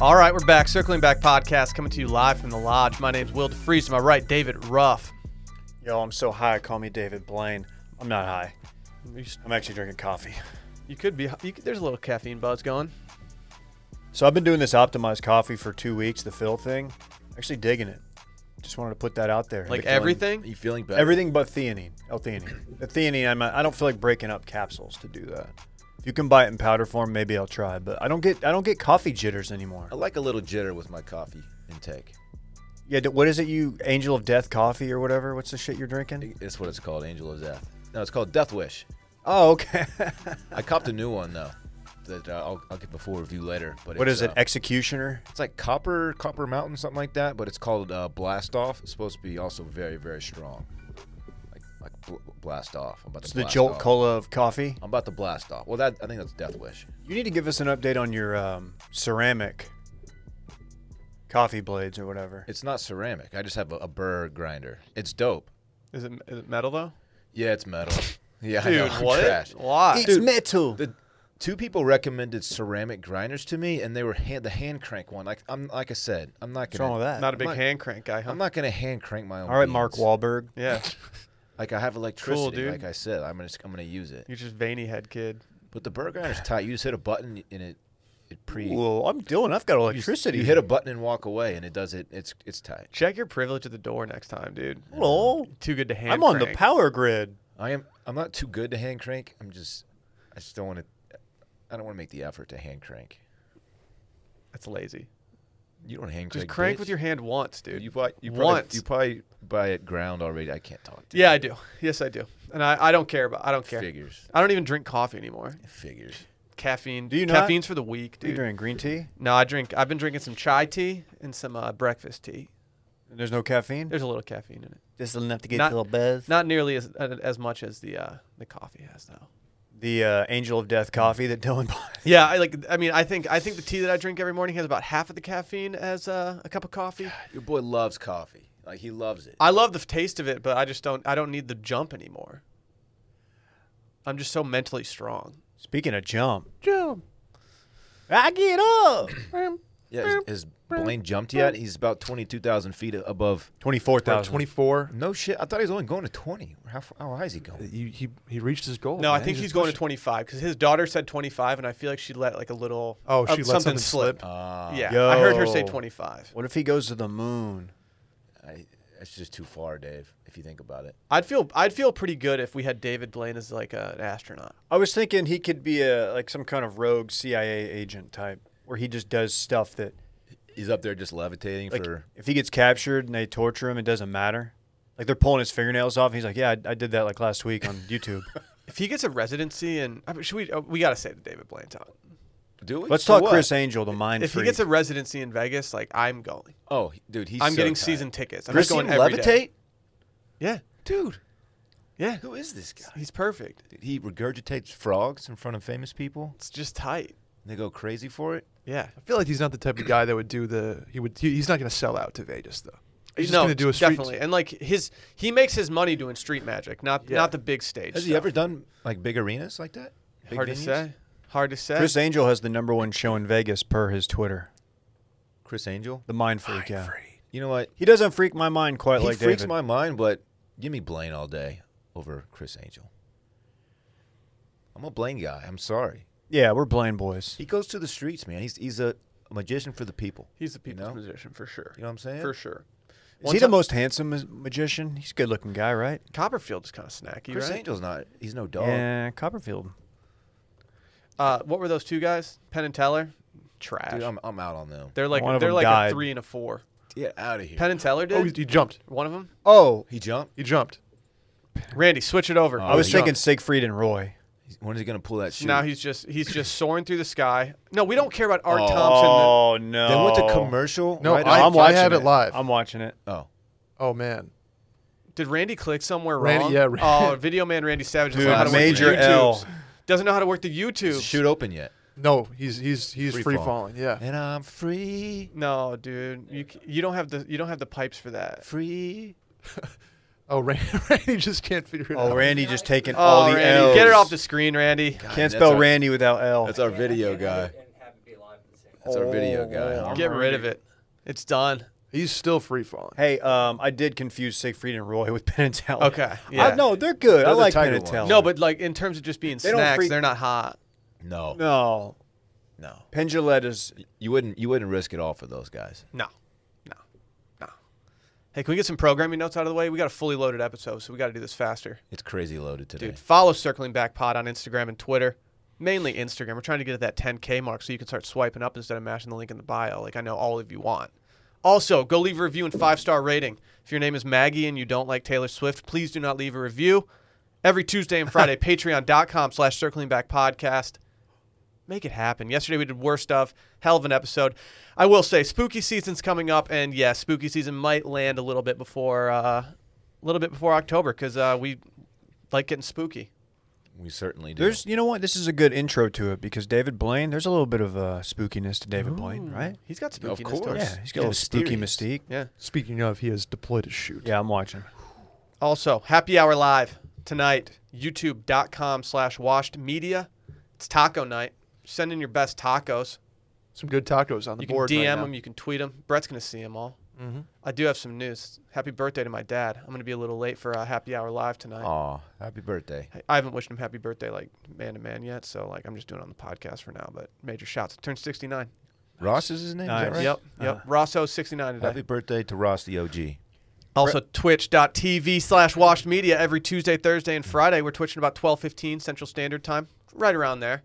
All right, we're back. Circling Back podcast coming to you live from the lodge. My name's Will DeFreeze. To my right, David Ruff. Yo, I'm so high. Call me David Blaine. I'm not high. You s- I'm actually drinking coffee. You could be. You could, there's a little caffeine buzz going. So I've been doing this optimized coffee for two weeks, the fill thing. Actually digging it. Just wanted to put that out there. Like Everything- everything. you feeling better? everything but theanine, L-theanine. the theanine, I'm not, I don't feel like breaking up capsules to do that. If you can buy it in powder form, maybe I'll try. But I don't get I don't get coffee jitters anymore. I like a little jitter with my coffee intake. Yeah, d- what is it? You Angel of Death coffee or whatever? What's the shit you're drinking? That's what it's called, Angel of Death. No, it's called Death Wish. Oh, okay. I copped a new one though, that uh, I'll, I'll give a full review later. But what it's, is it? uh, Executioner. it's like Copper Copper Mountain, something like that. But it's called uh, Blast Off. It's supposed to be also very very strong, like like bl- Blast Off. I'm about It's to the blast Jolt off. Cola of coffee. I'm about to blast off. Well, that I think that's Death Wish. You need to give us an update on your um, ceramic coffee blades or whatever. It's not ceramic. I just have a, a burr grinder. It's dope. Is it, is it metal though? Yeah, it's metal. yeah, I Dude, know, I'm what? Trash. Why? Dude, metal. The two people recommended ceramic grinders to me, and they were hand, the hand crank one. Like I'm, like I said, I'm not What's gonna. wrong with that? not a big I'm not- hand crank guy, huh? I'm not gonna hand crank my own. All right, Mark beans. Wahlberg. Yeah, Like I have electricity. dude. Like I said, I'm gonna, I'm gonna use it. you're just veiny head kid. But the burr grinder's tight. You just hit a button and it, it pre. Well, I'm doing. I've got you s- electricity. You hit a button and walk away, and it does it. It's, it's tight. Check your privilege at the door next time, dude. Hello. Too good to hand. I'm on the crank. power grid. I am. I'm not too good to hand crank. I'm just. I just don't want to. I don't want to make the effort to hand crank. That's lazy. You don't hand Just crank. crank bitch. with your hand once, dude. You buy. You probably. once. You probably buy it ground already. I can't talk. To yeah, I do. Yes, I do. And I, I don't care about. I don't you. care. Figures. I don't even drink coffee anymore. Figures. Caffeine. Do you not? caffeine's for the weak, Do you dude? drink green tea? No, I drink. I've been drinking some chai tea and some uh, breakfast tea. And there's no caffeine. There's a little caffeine in it. Just enough to get Not- a little buzz. Not nearly as as much as the uh, the coffee has though. The uh, Angel of Death coffee that Dylan bought. Yeah, I like. I mean, I think I think the tea that I drink every morning has about half of the caffeine as uh, a cup of coffee. Your boy loves coffee. Like he loves it. I love the taste of it, but I just don't. I don't need the jump anymore. I'm just so mentally strong. Speaking of jump, Jump. I get up. Yeah, has, has Blaine jumped yet? He's about twenty-two thousand feet above. Twenty-four thousand. Twenty-four. No shit. I thought he was only going to twenty. How, f- how high is he going? He, he he reached his goal. No, I Oh, man. think He he's just going to pushed- 25 because his daughter said 25, and I feel like she let like a little Oh, she uh, something, let something slip. slip. Ah, yeah, I heard her say Yo. 25. What if he goes to the moon? I, that's just too far, Dave. If you think about it. I'd feel I'd feel pretty good if we had David Blaine as like a, an astronaut. I was thinking he could be a like some kind of rogue CIA agent type, where he just does stuff that He's up there just levitating like for. if he gets captured and they torture him, it doesn't matter. Like they're pulling his fingernails off. And he's like, yeah, I, I did that like last week on YouTube. If he gets a residency and I mean, should we uh, we got to say that David Blaine's on. Do we? Let's For talk what? Chris Angel, the mind If he freak. gets a residency in Vegas, like I'm going. Oh, dude, he's. I'm so getting tight. season tickets. I'm Chris just going going every levitate, day. Yeah, dude. yeah. Who is this guy? He's perfect. Dude, he regurgitates frogs in front of famous people. It's just tight. And they go crazy for it. Yeah. I feel like he's not the type of guy that would do the. He would. He, he's not going to sell out to Vegas though. He's no, just going to do a street. definitely. And like his he makes his money doing street magic, not Yeah. not the big stage. Has he stuff. ever done like big arenas like that? Big Hard to venues? say. Hard to say. Chris Angel has the number one show in Vegas per his Twitter. Chris Angel. The mind freak, yeah. You know what? He doesn't freak my mind quite He like freaks David. my mind, but give me Blaine all day over Chris Angel. I'm a Blaine guy. I'm sorry. yeah, we're Blaine boys. He goes to the streets, man. He's he's a magician for the people. He's a people's know? musician for sure. You know what I'm saying? For sure. Is he the most handsome ma- magician? He's a good looking guy, right? Copperfield is kind of snacky, Chris right? Angel's not. He's no dog. Yeah, Copperfield. Uh, what were those two guys? Penn and Teller, trash. Dude, I'm, I'm out on them. they're like One of they're them like a died. three and a four. Get out of here. Penn and Teller did Oh, he, he jumped. one of them. Oh, he jumped. He jumped. Randy, switch it over. Oh, I was he thinking Siegfried and Roy. He's- When is he gonna pull that shoe? now he's just he's just soaring through the sky. No, we don't care about Art Oh. Thompson. Oh, no. They went to commercial. No, right I, after- I'm I watching have it, it. live. I'm watching it. oh, oh man. Did Randy click somewhere Randy- wrong? yeah, Randy- Oh, video man Randy Savage doesn't Dude, know how to major work the YouTubes. L. Doesn't know how to work the YouTube. is shoot open yet? No, he's he's he's Free free, fall. falling. Yeah. And I'm free, No, dude, you c- you don't have the you don't have the pipes for that. free. Oh, Randy, Randy just can't figure it Oh, out. Randy just taking all Oh, the Randy, L's. get it off the screen, Randy. God, Can't that's spell our- Randy without L. That's our video guy. And have it be live at the same That's our video Oh, guy. huh? I'm Get rid already- of it. It's done. He's still free falling. Hey, um, I did confuse Siegfried and Roy with Penn and Teller. Okay, yeah. I, no, they're good. I They're the like Penn tighter and ones. Teller. No, but like in terms of just being They don't snacks, freak- they're not hot. No, no, no, Penn Gillette is You wouldn't. You wouldn't risk it all for those guys. No, no, no. Hey, can we get some programming notes out of the way? We got a fully loaded episode, so we got to do this faster. It's crazy loaded today. Dude, follow Circling Back Pod on Instagram and Twitter. Mainly Instagram. We're trying to get to that 10K mark so you can start swiping up instead of mashing the link in the bio, like I know all of you want. Also, go leave a review and five star rating. If your name is Maggie and you don't like Taylor Swift, please do not leave a review. Every Tuesday and Friday, patreon.com slash circling back podcast. Make it happen. Yesterday we did worst of. Hell of an episode. I will say, spooky season's coming up, and yes, spooky season might land a little bit before uh, a little bit before October because uh, we like getting spooky. We certainly do. there's you know what this is a good intro to it because David Blaine. There's a little bit of uh, spookiness to David Blaine, right? He's got spooky. Of course. Yeah, he's got a Yeah, little spooky mystique. mysterious. Yeah. Speaking of, he has deployed his chute. Yeah, I'm watching. Also, happy hour live tonight, youtube.com slash washed media. It's taco night. Send in your best tacos. Some good tacos on the You can board. DM right now. them, you can tweet them. Brett's going to see them all. Mhm. I do have some news. Happy birthday to my dad. I'm going to be a little late for uh, happy hour live tonight. Aw, happy birthday. I- I haven't wished him happy birthday like man to man yet, so like I'm just doing it on the podcast for now. But major shouts. Turned 69. Ross is his name. Is Nice. that right? Yep, yep. Rosso 69 today. Happy birthday to Ross the OG. Also, twitch.tv slash washed media every Tuesday, Thursday, and Friday. We're twitching about 12.15 Central Standard Time, right around there.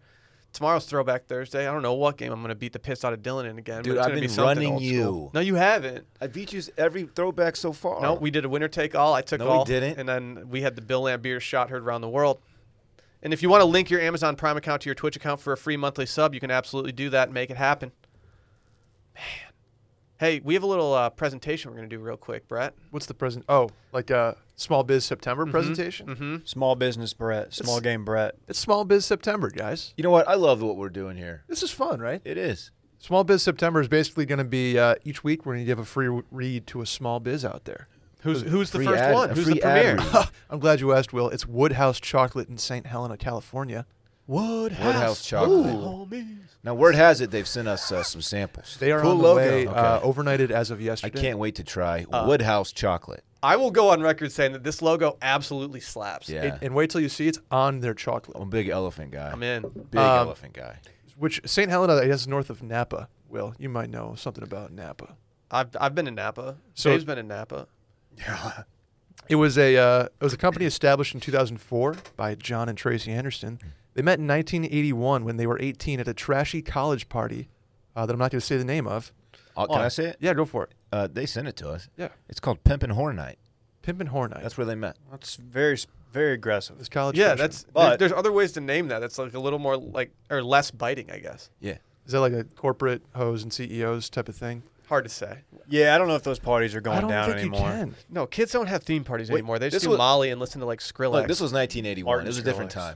Tomorrow's Throwback Thursday. I don't know what game I'm going to beat the piss out of Dylan in again. but Dude, it's I've gonna be been something running old school. you. No, you haven't. I beat you every throwback so far. No, we did a winner take all. I took Oh. No, we all. didn't. And then we had the Bill Lambier shot heard around the world. And if you want to link your Amazon Prime account to your Twitch account for a free monthly sub, you can absolutely do that and make it happen. Man. Hey, we have a little uh, presentation we're going to do real quick, Brett. What's the present? Oh, like a small biz September presentation. Mm-hmm. Uh-huh. Small business Brett, small It's- game Brett. It's small biz September, guys. You know what? I love what we're doing here. This is fun, right? It is. Small biz September is basically going to be uh, each week we're going to give a free w- read to a small biz out there. Who's, who's the Free first ad- one? a Who's free the ad premiere? read. I'm glad you asked, Will. It's Woodhouse Chocolate in St. Helena, California. Woodhouse. Woodhouse Chocolate. Now, word has it they've sent us uh, some samples. They are cool on the logo. way, Okay. uh, overnighted as of I yesterday. can't wait to try Woodhouse chocolate. I will go on record saying that this logo absolutely slaps. Yeah, Oh. And- and wait till you see it's on their chocolate, I'm a big elephant guy. I'm in. Big Um, elephant guy. which St. Helena is north of Napa. Will, you might know something about Napa. I've, I've been in Napa. So- Dave's been in Napa. It was a uh, it was a company established in 2004 by John and Tracy Anderson. They met in 1981 when they were 18 at a trashy college party uh, that I'm not going to say the name of. Uh, can I say it? Yeah, go for it. Uh, they sent it to us. Yeah, It's called Pimpin' Horn Night. Pimp and Horn Night. That's where they met. That's very s- very aggressive. this college. Yeah, freshman. that's. But- there's, there's other ways to name that. That's like a little more like or less biting, I guess. Yeah. is that like a corporate hoes and CEOs type of thing? Hard to say. Yeah, I don't know if those parties are going I don't down think anymore. you can. No, kids don't have theme parties Wait, anymore. They this just do was- Molly and listen to like Skrillex. Look, this was 1981. Martin it was a different Skrillex. time.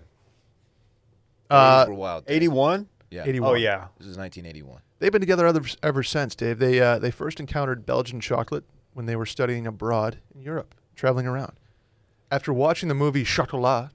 Uh, These were wild. days. 81? Yeah. 81. Oh yeah. This is 1981. They've been together ever, ever since, Dave. They uh, they first encountered Belgian chocolate when they were studying abroad in Europe, traveling around. After watching the movie Chocolat,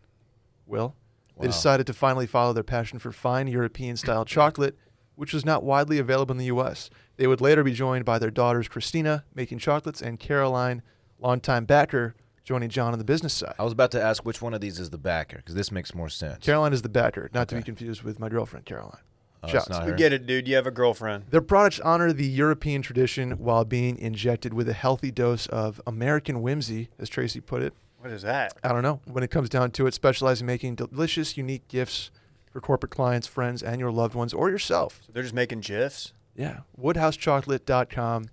Will, they Wow. decided to finally follow their passion for fine European style chocolate, which was not widely available in the U.S. They would later be joined by their daughters Christina, making chocolates, and Caroline, longtime backer, joining John on the business side. I was about to ask which one of these is the backer because this makes more sense. Caroline is the backer, not to be Okay. confused with my girlfriend, Caroline. Oh, it's Shouts. not We her. get it, dude. You have a girlfriend. Their products honor the European tradition while being injected with a healthy dose of American whimsy, as Tracy put it. What is that? I don't know. When it comes down to it, specialize in making delicious, unique gifts for corporate clients, friends, and your loved ones or yourself. They're just making gifs. Yeah. WoodhouseChocolate.com.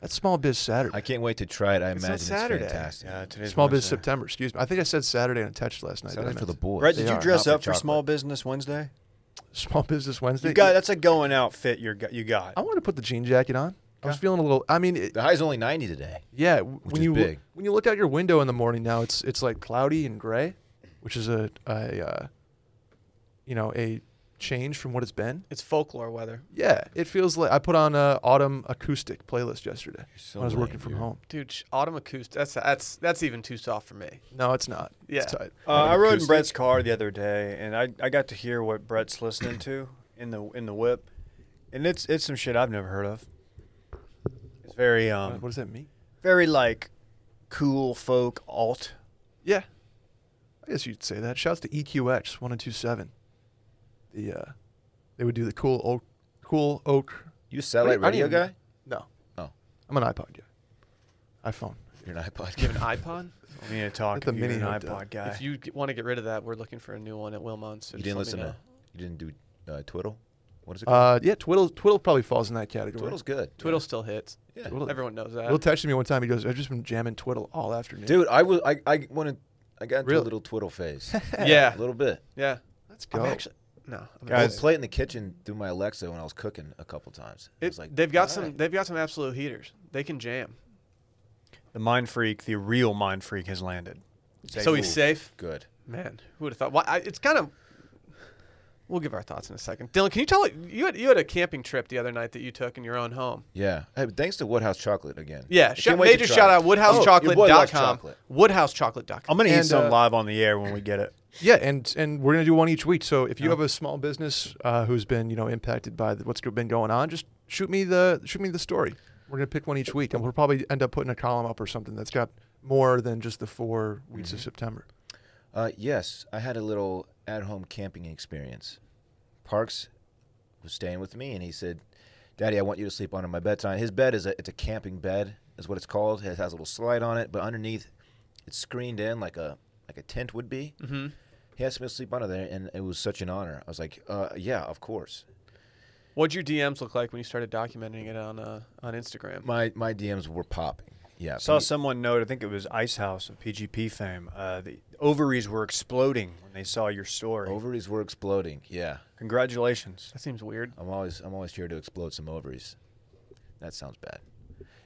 That's Small Biz Saturday. I can't wait to try it. I It's on imagine it's Saturday. fantastic. Yeah, today's Small Biz Wednesday. September, excuse me. I think I said Saturday on a text last night. Saturday didn't I? for the boys. Brett, They did you are, dress not for up for chocolate. Small Business Wednesday? Small Business Wednesday. You got that's a going out fit you're go- you got. I want to put the jean jacket on. I was feeling a little. I mean, it, The high's only 90 today. Yeah, w- when is you loo- big. when you look out your window in the morning now, it's it's like cloudy and gray, which is a, a uh, you know a change from what it's been. It's folklore weather, Yeah, it feels like I put on a autumn acoustic playlist yesterday so when I was lame, working from dude. home. dude. sh- Autumn acoustic. That's that's that's even too soft for me. No, it's not. Yeah. It's tight. Uh, I rode in Brett's car the other day, and I, I got to hear what Brett's listening to in the in the whip, and it's it's some shit I've never heard of. It's very um, Uh, what does that mean? very like cool folk alt. Yeah. I guess you'd say that. Shouts to E EQX 1027. The uh they would do the cool oak cool oak You satellite What do you- radio I guy? didn't- No. Oh. I'm an iPod guy. iPhone. You're an iPod. You have an guy. iPod? I mean, to talk Get the to you, mini an hooked iPod up. guy. If you want to get rid of that, we're looking for a new one at Wilmont. So just You didn't let me listen know. to. You didn't do uh, Twiddle. What is it? called? Uh yeah, Twiddle Twiddle probably falls in that category. Twiddle's good. Twiddle still hits. Yeah. Twiddle- Everyone knows that. Will texted me one time. He goes, "I've just been jamming Twiddle all afternoon." Dude, I was I I went in, I got into Really? a little twiddle phase. Yeah. a little bit. yeah. let's I'm go. actually, no. I'm I Guys, not- played in the kitchen through my Alexa when I was cooking a couple times. It, It- was like they've got some. "Alright." They've got some absolute heaters. They can jam. the mind freak, the real mind freak, has landed. so he's Ooh, safe. Good. Man, who would have thought? Why, I, it's kind of. We'll give our thoughts in a second. Dylan, can you tell you had you had a camping trip the other night that you took in your own home? Yeah. Hey, but thanks to Woodhouse Chocolate again. Yeah, I sh- can't wait to major try shout out it. Oh, your boy loves WoodhouseChocolate.com. chocolate. I'm WoodhouseChocolate.com. gonna eat And, some uh, live on the air when we get it. Yeah, and and we're gonna do one each week. So if you have a small business uh, who's been you know impacted by the, what's been going on, just shoot me the shoot me the story. We're gonna pick one each week, and we'll probably end up putting a column up or something that's got more than just the four weeks of September. Uh, yes, I had a little at-home camping experience. Parks was staying with me, and he said, "Daddy, I want you to sleep under my bed tonight." His bed is a it's a camping bed, is what it's called. It has a little slide on it, but underneath, it's screened in like a like a tent would be. Mm. Mm-hmm. He asked me to sleep under there, and it was such an honor. I was like, uh, "Yeah, of course." What'd your DMs look like when you started documenting it on uh, on Instagram? My my DMs were popping. Yeah, I saw pe- someone note, I think it was Ice House of PGP fame. Uh, the ovaries were exploding when they saw your story. ovaries were exploding. Yeah, Congratulations. That seems weird. I'm always I'm always here to explode some ovaries. That sounds bad.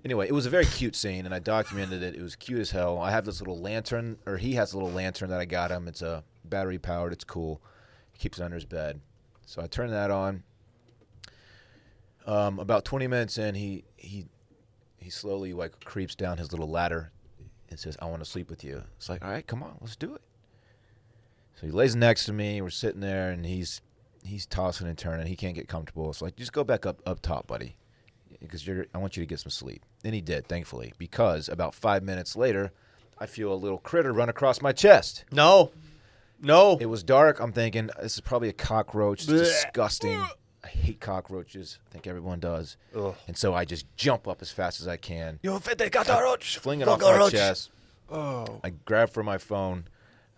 Anyway, it was a very cute scene, and I documented it. It was cute as hell. I have this little lantern, or he has a little lantern that I got him. It's a battery powered. It's cool. He keeps it under his bed. So I turned that on. Um, about 20 minutes in, he he he slowly like creeps down his little ladder and says, "I want to sleep with you." It's like, all right, come on, let's do it. So he lays next to me. We're sitting there, and he's he's tossing and turning. He can't get comfortable. It's like just go back up up top, buddy, because you're. I want you to get some sleep. And he did, thankfully, because about five minutes later, I feel a little critter run across my chest. No, no. It was dark. I'm thinking this is probably a cockroach. It's disgusting. I hate cockroaches. I think everyone does. Ugh. And so I just jump up as fast as I can, you offended cockroach. fling it off my Cockroach. chest. Oh, I grab for my phone.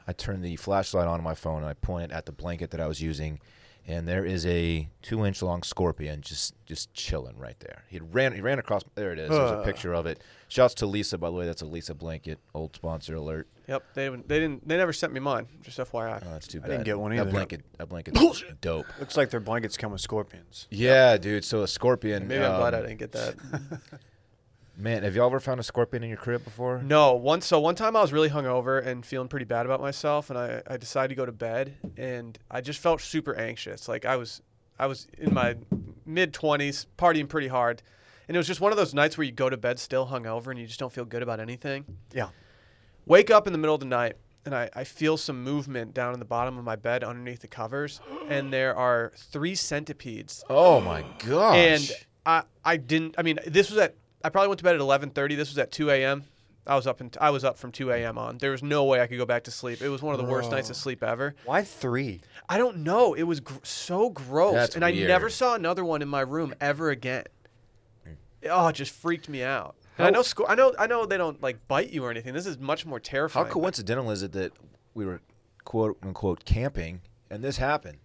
I turn the flashlight on my phone and I point it at the blanket that I was using, and there is a two-inch-long scorpion just just chilling right there. He ran he ran across. There it is. There's a Ugh. picture of it. Shouts to Lisa, by the way. That's a Lisa blanket. Old sponsor alert. Yep, they didn't- they didn't they never sent me mine. Just FYI. Oh, that's too I bad. didn't get one That either. blanket. That blanket. Bullshit. Dope. Looks like their blankets come with scorpions. Yeah, dude. So a scorpion. Maybe I'm glad I um, didn't get that. Man, have y'all ever found a scorpion in your crib before? No, one so one time I was really hungover and feeling pretty bad about myself, and I, I decided to go to bed, and I just felt super anxious. Like I was I was in my mid twenties, partying pretty hard, and it was just one of those nights where you go to bed still hungover and you just don't feel good about anything. Yeah. Wake up in the middle of the night, and I, I feel some movement down in the bottom of my bed underneath the covers, and there are three centipedes Oh my gosh. and I I didn't. I mean, this was at. I probably went to bed at 11:30. This was at 2 a.m. I was up and I was up from 2 a.m. on. There was no way I could go back to sleep. It was one of the worst nights of sleep ever. Why three? I don't know. It was gr- so gross, That's and I never weird. saw another one in my room ever again. Hmm. Oh, it just freaked me out. And I know, sco- I know, I know they don't like bite you or anything. This is much more How terrifying. coincidental is it that we were quote unquote camping and this happened?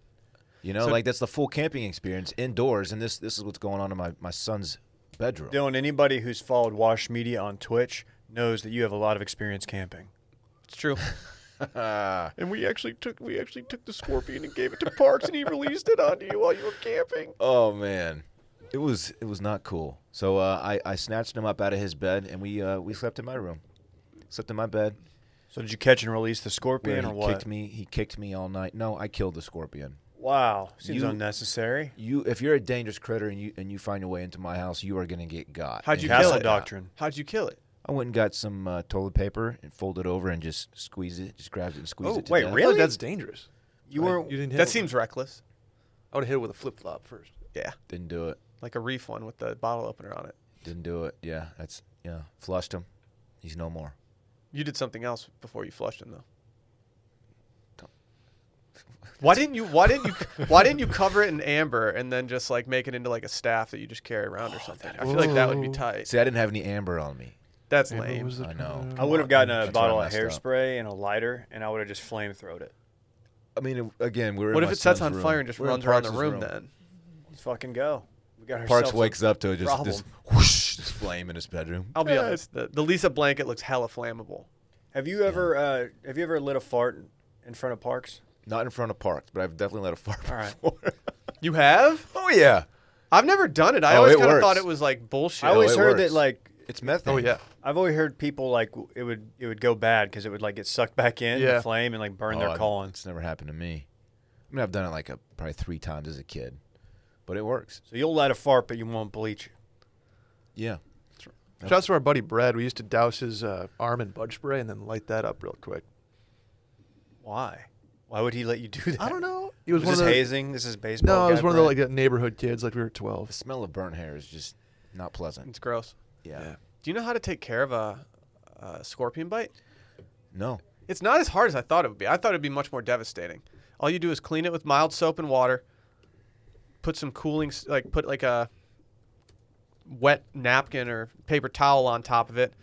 You know, So- like that's the full camping experience indoors, and this this is what's going on in my, my son's bedroom. Dylan, anybody who's followed Wash Media on Twitch knows that you have a lot of experience camping. It's true. Ah, and we actually took we actually took the scorpion and gave it to Parks, and he released it onto you while you were camping. Oh man, it was it was not cool. So uh, I I snatched him up out of his bed, and we uh, we slept in my room, slept in my bed. So did you catch and release the Where scorpion he or what? kicked me. He kicked me all night. No, I killed the scorpion. Wow. Seems You- unnecessary. You, if you're a dangerous critter and you and you find your way into my house, you are gonna get got. How'd And you got kill Castle it. Doctrine. How'd you kill it? I went and got some uh, toilet paper and folded over and just squeezed it, just grabbed it and squeezed Oh, it. To wait, death. I feel Really? like that's dangerous. You Like, weren't. you didn't hit. That it. seems reckless. I would hit it with a flip flop first. Yeah, Didn't do it. like a reef one with the bottle opener on it. Didn't do it. Yeah, that's yeah. Flushed him. He's no more. You did something else before you flushed him, though. Why didn't you? Why didn't you? Why didn't you cover it in amber and then just like make it into like a staff that you just carry around or something? I feel like Oh, that would be Ooh. tight. See, I didn't have any amber on me. That's Amber lame. was the I know. color. I would have on, gotten dude. a That's where I bottle of messed up. hairspray and a lighter, and I would have just flame throwed it. I mean, it- again, we were. What if in my it sets on son's room. fire and just We're in runs around the Parks' room, then? Let's fucking go. We got Parks ourselves. wakes up to just this problem. whoosh, this flame in his bedroom. I'll be honest. The, the Lisa blanket looks hella flammable. Have you ever uh, have you ever lit a fart in- in front of Parks? Not in front of Parks, but I've definitely let a fart All right. before. You have? oh yeah, I've never done it. I Oh, always it kind of works. thought it was like bullshit. I always it heard that works. like it's methane. Oh yeah. I've always heard people like w- it would it would go bad because it would like get sucked back in Yeah. the flame and like burn Oh, their I've- colons. It's never happened to me. I mean, I've done it like a, probably three times as a kid, but it works. So you'll light a fart, but you won't bleach. it. Yeah. Shouts to our buddy Brad. We used to douse his uh, arm in bud spray and then light that up real quick. Why? Why would he let you do that? I don't know. He was, Was one this of the, hazing? This is baseball. No, it was guy one of the brain. like uh, neighborhood kids. Like we were twelve. The smell of burnt hair is just not pleasant. It's gross. Yeah. Do you know how to take care of a, a scorpion bite? No. It's not as hard as I thought it would be. I thought it would be much more devastating. All you do is clean it with mild soap and water. Put some cooling, s- like put like a wet napkin or paper towel on top of it.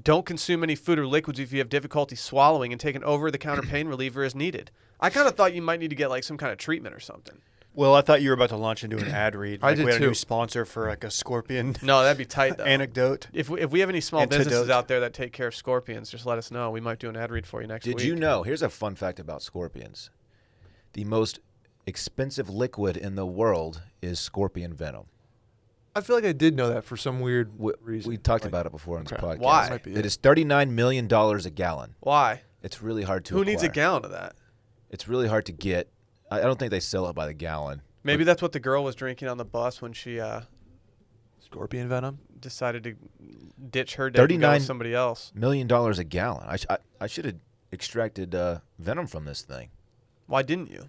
Don't consume any food or liquids if you have difficulty swallowing, and take an over-the-counter pain reliever as needed. I kind of thought you might need to get like some kind of treatment or something. Well, I thought you were about to launch into an ad read. I Like, did we had a too. new sponsor for like a scorpion No, that'd be tight though. anecdote. If we, if we have any small businesses Antidote. out there that take care of scorpions, just let us know. We might do an ad read for you next Did week. you know? Here's a fun fact about scorpions. The most expensive liquid in the world is scorpion venom. I feel like I did know that for some weird We, reason. we talked Like, about it before on this okay. podcast. Why? Might be It it. is $39 million a gallon. Why? It's really hard to Who needs a acquire. gallon of that? It's really hard to get. I I don't think they sell it by the gallon. Maybe that's what the girl was drinking on the bus when she uh, scorpion venom. decided to ditch her date and go 39 with somebody else. Million dollars a gallon. I, sh- I, I should have extracted uh, venom from this thing. Why didn't you?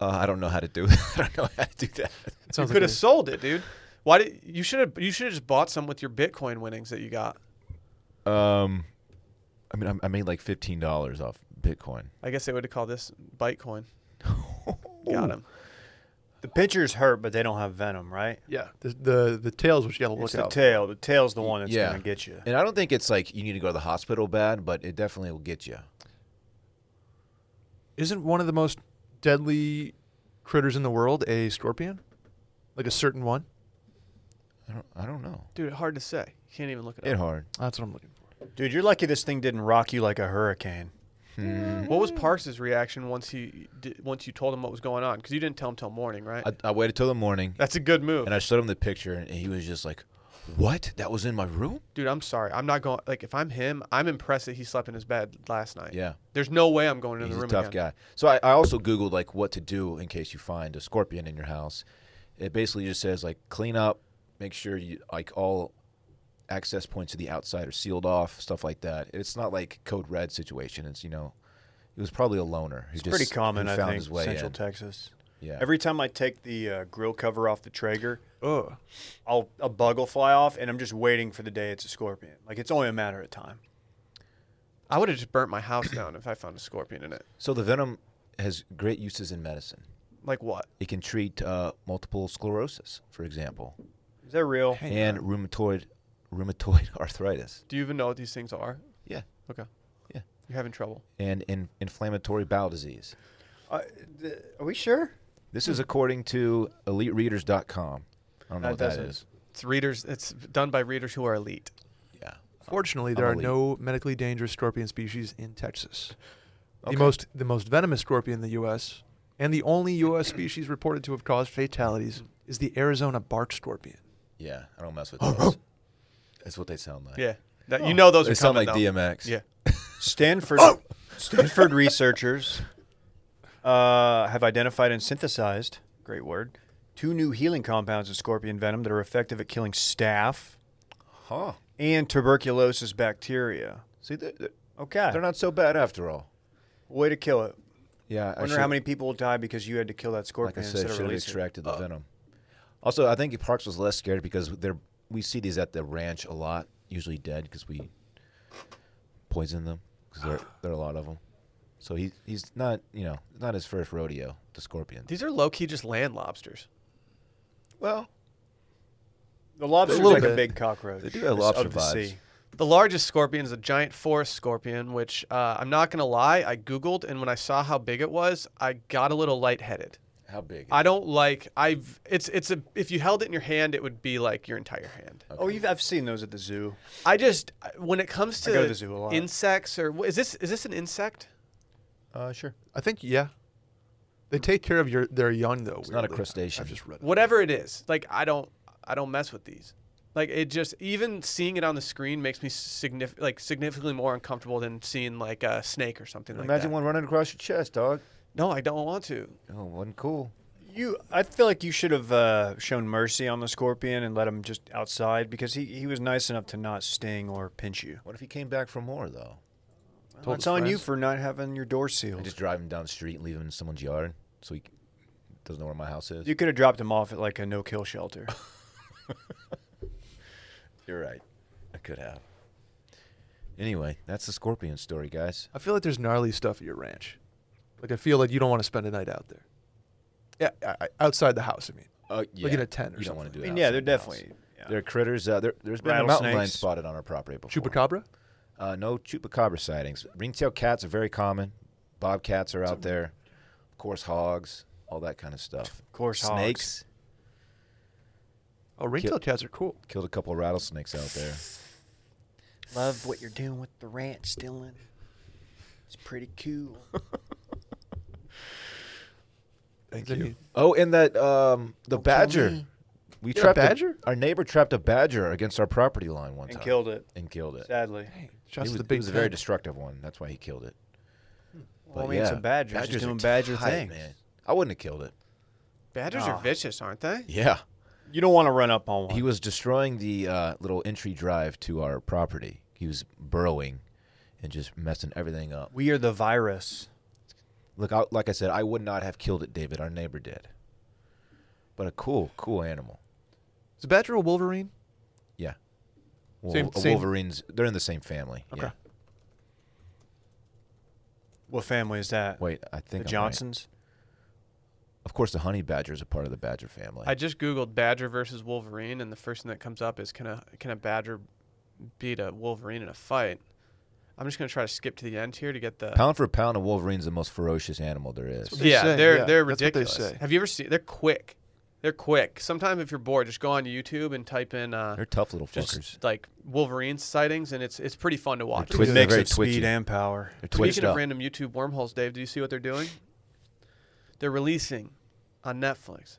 Uh, I don't know how to do that. I don't know how to do that. It You sounds could like have a- sold it, dude. Why did you should have you should have just bought some with your Bitcoin winnings that you got. Um, I mean, I, I made like fifteen dollars off Bitcoin. I guess they would have called this Bitcoin. Got him. The pitchers hurt, but they don't have venom, right? yeah. The the, the tails which you gotta It's look the out. for. tail. The tail's the one that's Yeah. gonna get you. And I don't think it's like you need to go to the hospital bad, but it definitely will get you. Isn't one of the most deadly critters in the world a scorpion? Like a certain one. I don't. I don't know. Dude, hard to say. You can't even look it It up. hard. That's what I'm looking for. Dude, you're lucky this thing didn't rock you like a hurricane. What was Parks' reaction once he di- once you told him what was going on? Because you didn't tell him till morning, right? I, I waited till the morning, That's a good move. and I showed him the picture, and he was just like, "What? That was in my room? Dude, I'm sorry. I'm not going. Like, if I'm him, I'm impressed that he slept in his bed last night. Yeah. There's no way I'm going into He's the a room tough again. guy. So I, I also googled like what to do in case you find a scorpion in your house. It basically just says like clean up, make sure you like all access points to the outside are sealed off, stuff like that. It's not like code red situation. It's you know, it was probably a loner who It's just pretty common, who I found think, his way Central in. Texas. yeah, Every time I take the uh, grill cover off the Traeger, Oh. I'll a bug will fly off, and I'm just waiting for the day it's a scorpion. Like it's only a matter of time. I would have just burnt my house down if I found a scorpion in it. so the venom has great uses in medicine. Like what? It can treat uh, multiple sclerosis, for example, Is that real? and rheumatoid rheumatoid arthritis. Do you even know what these things are? Yeah, Okay. Yeah. You're having trouble. and in inflammatory bowel disease. Uh, th- are we sure? This is according to elitereaders.com. I don't know That what that doesn't- is. It's readers. It's done by readers who are elite. Yeah. Fortunately, I'm there are elite. no medically dangerous scorpion species in Texas. Okay. The most the most venomous scorpion in the U.S. and the only U.S. species reported to have caused fatalities is the Arizona bark scorpion. Yeah, I don't mess with those. That's what they sound like. Yeah. That you know those They are sound coming, like though. DMX. Yeah. Stanford Oh! Stanford researchers uh, have identified and synthesized great word two new healing compounds in scorpion venom that are effective at killing staph Huh. and tuberculosis bacteria. See, they're, they're, Okay, they're not so bad after all. way to kill it. Yeah, I I wonder should- how many people will die because you had to kill that Like scorpion I instead said, should of have releasing. extracted the venom. Also, I think Parks was less scared because they're we see these at the ranch a lot, usually dead because we poison them because there there are a lot of them. So he he's not you know not his first rodeo. The scorpion. These are low key just land lobsters. Well, The lobster's little like a bit. big cockroach. They do have It's lobster of the vibes. sea. The largest scorpion is a giant forest scorpion, which uh, I'm not gonna lie, I googled and when I saw how big it was, I got a little lightheaded. how big? I don't like I've it's it's a if you held it in your hand, it would be like your entire hand. Oh, you've I've seen those at the zoo. I just uh, when it comes I to, go to the zoo a lot. insects or is this is this an insect? uh, sure. I think yeah. They take care of your their young though. It's not a crustacean. I've just read it. Whatever it is, like I don't I don't mess with these. Like it just even seeing it on the screen makes me signif- like significantly more uncomfortable than seeing like a snake or something like Imagine that. one running across your chest, dog. No, I don't want to. Oh, wasn't cool. You, I feel like you should have uh, shown mercy on the scorpion and let him just outside because he, he was nice enough to not sting or pinch you. What if he came back for more though? Told it's his on you friends. for not having your door I sealed. just drive him down the street and leave him in someone's yard so he c- doesn't know where my house is. you could have dropped him off at like a no-kill shelter. You're right. I could have. Anyway, that's the scorpion story, guys. I feel like there's gnarly stuff at your ranch. Like I feel like you don't want to spend a night out there. Yeah, I- I- outside the house. I mean, Uh, in a tent or you don't want to something. do I it. mean, yeah, outside they're the house. definitely. yeah. There are critters. Uh, there, there's been a mountain lion Rattlesnakes. spotted on our property before. chupacabra. Uh, no chupacabra sightings. Ringtail cats are very common. Bobcats are out there. Of course, hogs. All that kind of stuff. Of course, hogs. snakes. Oh, ringtail cats are cool. Killed a couple of rattlesnakes out there. Love what you're doing with the ranch, Dylan. It's pretty cool. Thank you. Oh, and that um, the badger. We Yeah, trapped a- badger? our neighbor trapped a badger against our property line one and time killed it, and killed it. sadly. Hey, It shots was, to the it big. was a very pen. destructive one. That's why he killed it. Well, But I mean, it's a badger. It's Badgers just are doing badger tight, things. man. I wouldn't have killed it. Badgers Nah. are vicious, aren't they? Yeah. You don't want to run up on one. He was destroying the uh, little entry drive to our property. He was burrowing and just messing everything up. we are the virus. Look, I, like I said, I would not have killed it, David. Our neighbor did. But a cool, cool animal. Is a badger a wolverine? Yeah. Well, Same- a same- Wolverines, they're in the same family. Okay. Yeah. What family is that? Wait, I think. I'm the right. Johnsons. Of course, the honey badger is a part of the badger family. I just googled badger versus wolverine, and the first thing that comes up is can a can a badger beat a wolverine in a fight? I'm just gonna try to skip to the end here to get the. pound for pound, a wolverine's the most ferocious animal there is. That's what they yeah, say, they're yeah, they're that's what they ridiculous. say. Have you ever seen? They're quick. They're quick. Sometimes if you're bored, just go on YouTube and type in uh, They're tough little just fuckers. like wolverine sightings, and it's it's pretty fun to watch. They're Twitch- mix very of twitchy. speed and power. They're twitched Speaking of up. random YouTube wormholes, Dave, do you see what they're doing? They're releasing on Netflix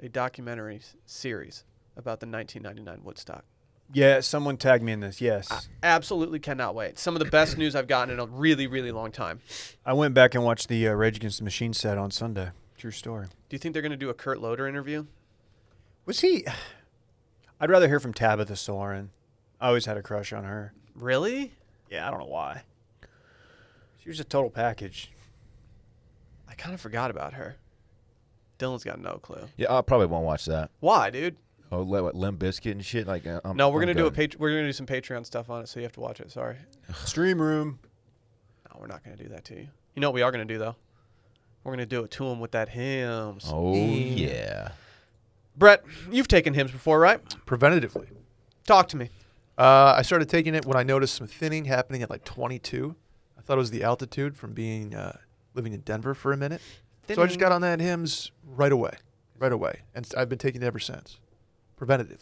a documentary s- series about the 1999 Woodstock. Yeah, someone tagged me in this. Yes, I absolutely cannot wait. Some of the best news I've gotten in a really, really long time. I went back and watched the uh, Rage Against the Machine set on Sunday. True story. Do you think they're going to do a Kurt Loder interview? Was he? I'd rather hear from Tabitha Soren. I always had a crush on her. Really? Yeah, I don't know why. She was a total package. I kind of forgot about her. Dylan's got no clue. Yeah, I probably won't watch that. Why, dude? Oh, li- what, Limp Biscuit and shit. Like, uh, I'm, No, we're I'm gonna do a good. pat- we're gonna do some Patreon stuff on it, so you have to watch it. Sorry. Stream room. No, we're not gonna do that to you. You know what we are gonna do though? We're gonna do it to him with that hymns. Oh yeah. Brett, you've taken hymns before, right? Preventatively. Talk to me. Uh, I started taking it when I noticed some thinning happening at like 22. I thought it was the altitude from being uh, living in Denver for a minute. So I just got on that hymns right away, right away, and s- I've been taking it ever since, preventatively.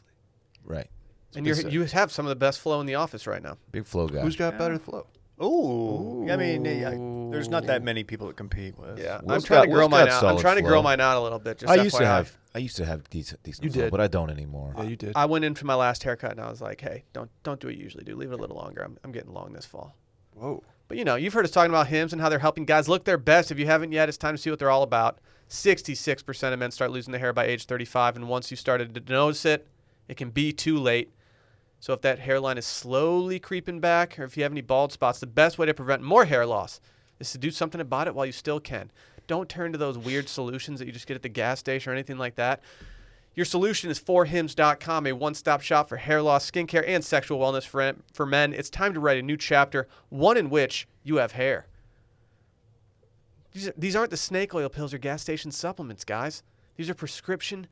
Right. And you That's you have some of the best flow in the office right now. Big flow guy. Who's got Yeah. better flow? Ooh. I mean, yeah, I- there's not that many people that compete with. I'm Will's trying got- to grow Will's mine got out. I'm solid trying to grow flow. mine out a little bit. Just I used to FYI. have. I used to have decent, decent You flow, did. but I don't anymore. Yeah, you did. I went in for my last haircut and I was like, hey, don't don't do what you usually do. Leave it a little longer. I'm, I'm getting long this fall. Whoa. But you know, you've heard us talking about hymns and how they're helping guys look their best. If you haven't yet, it's time to see what they're all about. 66% of men start losing their hair by age 35, and once you started to notice it, it can be too late. So if that hairline is slowly creeping back, or if you have any bald spots, the best way to prevent more hair loss is to do something about it while you still can. Don't turn to those weird solutions that you just get at the gas station or anything like that. Your solution is 4hims.com, a one stop shop for hair loss, skincare, and sexual wellness for, for men. It's time to write a new chapter, one in which you have hair. These, these aren't the snake oil pills or gas station supplements, guys. These are prescription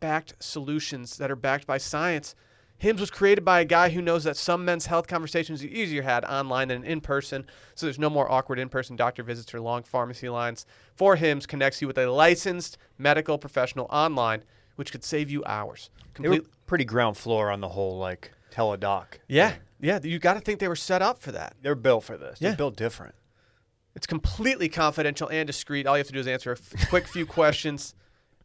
backed solutions that are backed by science. Hims was created by a guy who knows that some men's health conversations are easier had online than in person, so there's no more awkward in person doctor visits or long pharmacy lines. For Hims connects you with a licensed medical professional online, which could save you hours. They were Complete- pretty ground floor on the whole like teledoc. yeah, yeah, you got to think they were set up for that. They're built for this. Yeah. They're built different. It's completely confidential and discreet. All you have to do is answer a f- quick few questions,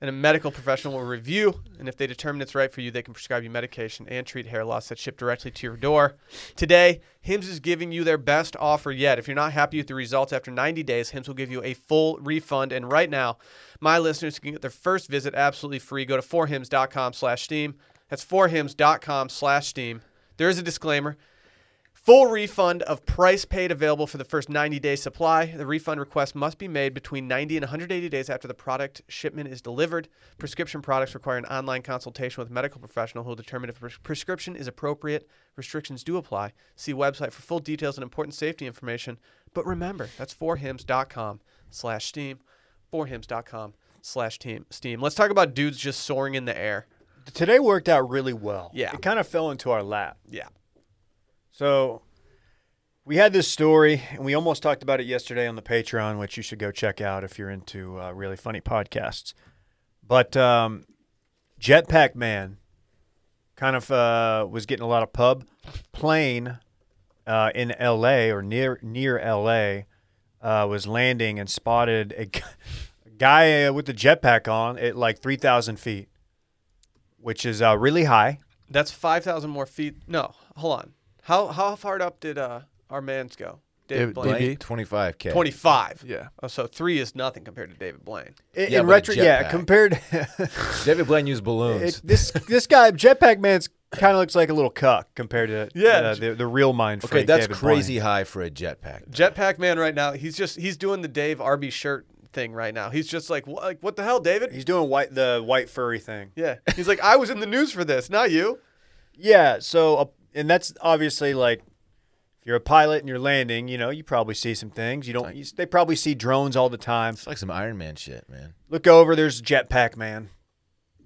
and a medical professional will review. And if they determine it's right for you, they can prescribe you medication and treat hair loss that's shipped directly to your door. Today, Hims is giving you their best offer yet. If you're not happy with the results after 90 days, Hims will give you a full refund. And right now, my listeners can get their first visit absolutely free. Go to 4hims.com slash steam. That's 4hims.com slash steam. There is a disclaimer. Full refund of price paid available for the first 90 day supply. The refund request must be made between 90 and 180 days after the product shipment is delivered. Prescription products require an online consultation with a medical professional who will determine if a pres- prescription is appropriate. Restrictions do apply. See website for full details and important safety information. But remember, that's forhims.com slash steam. Forhims.com slash team steam. Let's talk about dudes just soaring in the air. Today worked out really well. Yeah. It kind of fell into our lap. Yeah. So we had this story, and we almost talked about it yesterday on the Patreon, which you should go check out if you're into uh, really funny podcasts. But um, Jetpack Man kind of uh, was getting a lot of pub. Plane uh, in L.A. or near near L.A. Uh, was landing and spotted a g- a guy uh, with the jetpack on at like 3,000 feet, which is uh, really high. That's five thousand more feet. No, hold on. How how far up did uh, our man's go? David Blaine. DB? Twenty five k. Twenty five. Yeah. Oh, so three is nothing compared to David Blaine. In, Yeah, in but a retro, yeah, jetpack. compared David Blaine used it, balloons. this this guy Jetpack Man's kind of looks like a little cuck compared to Yeah. uh, the the real mind. okay, freak, that's David crazy Blaine. high for a jetpack. Jetpack man, right now he's just he's doing the Dave Arby shirt thing right now. He's just like, "Wha- like what the hell, David? He's doing white the white furry thing. yeah. He's like, I was in the news for this, not you. Yeah, so uh, and that's obviously like if you're a pilot and you're landing, you know, you probably see some things. You don't. you, they probably see drones all the time. It's like some Iron Man shit, man. Look over, there's Jetpack Man.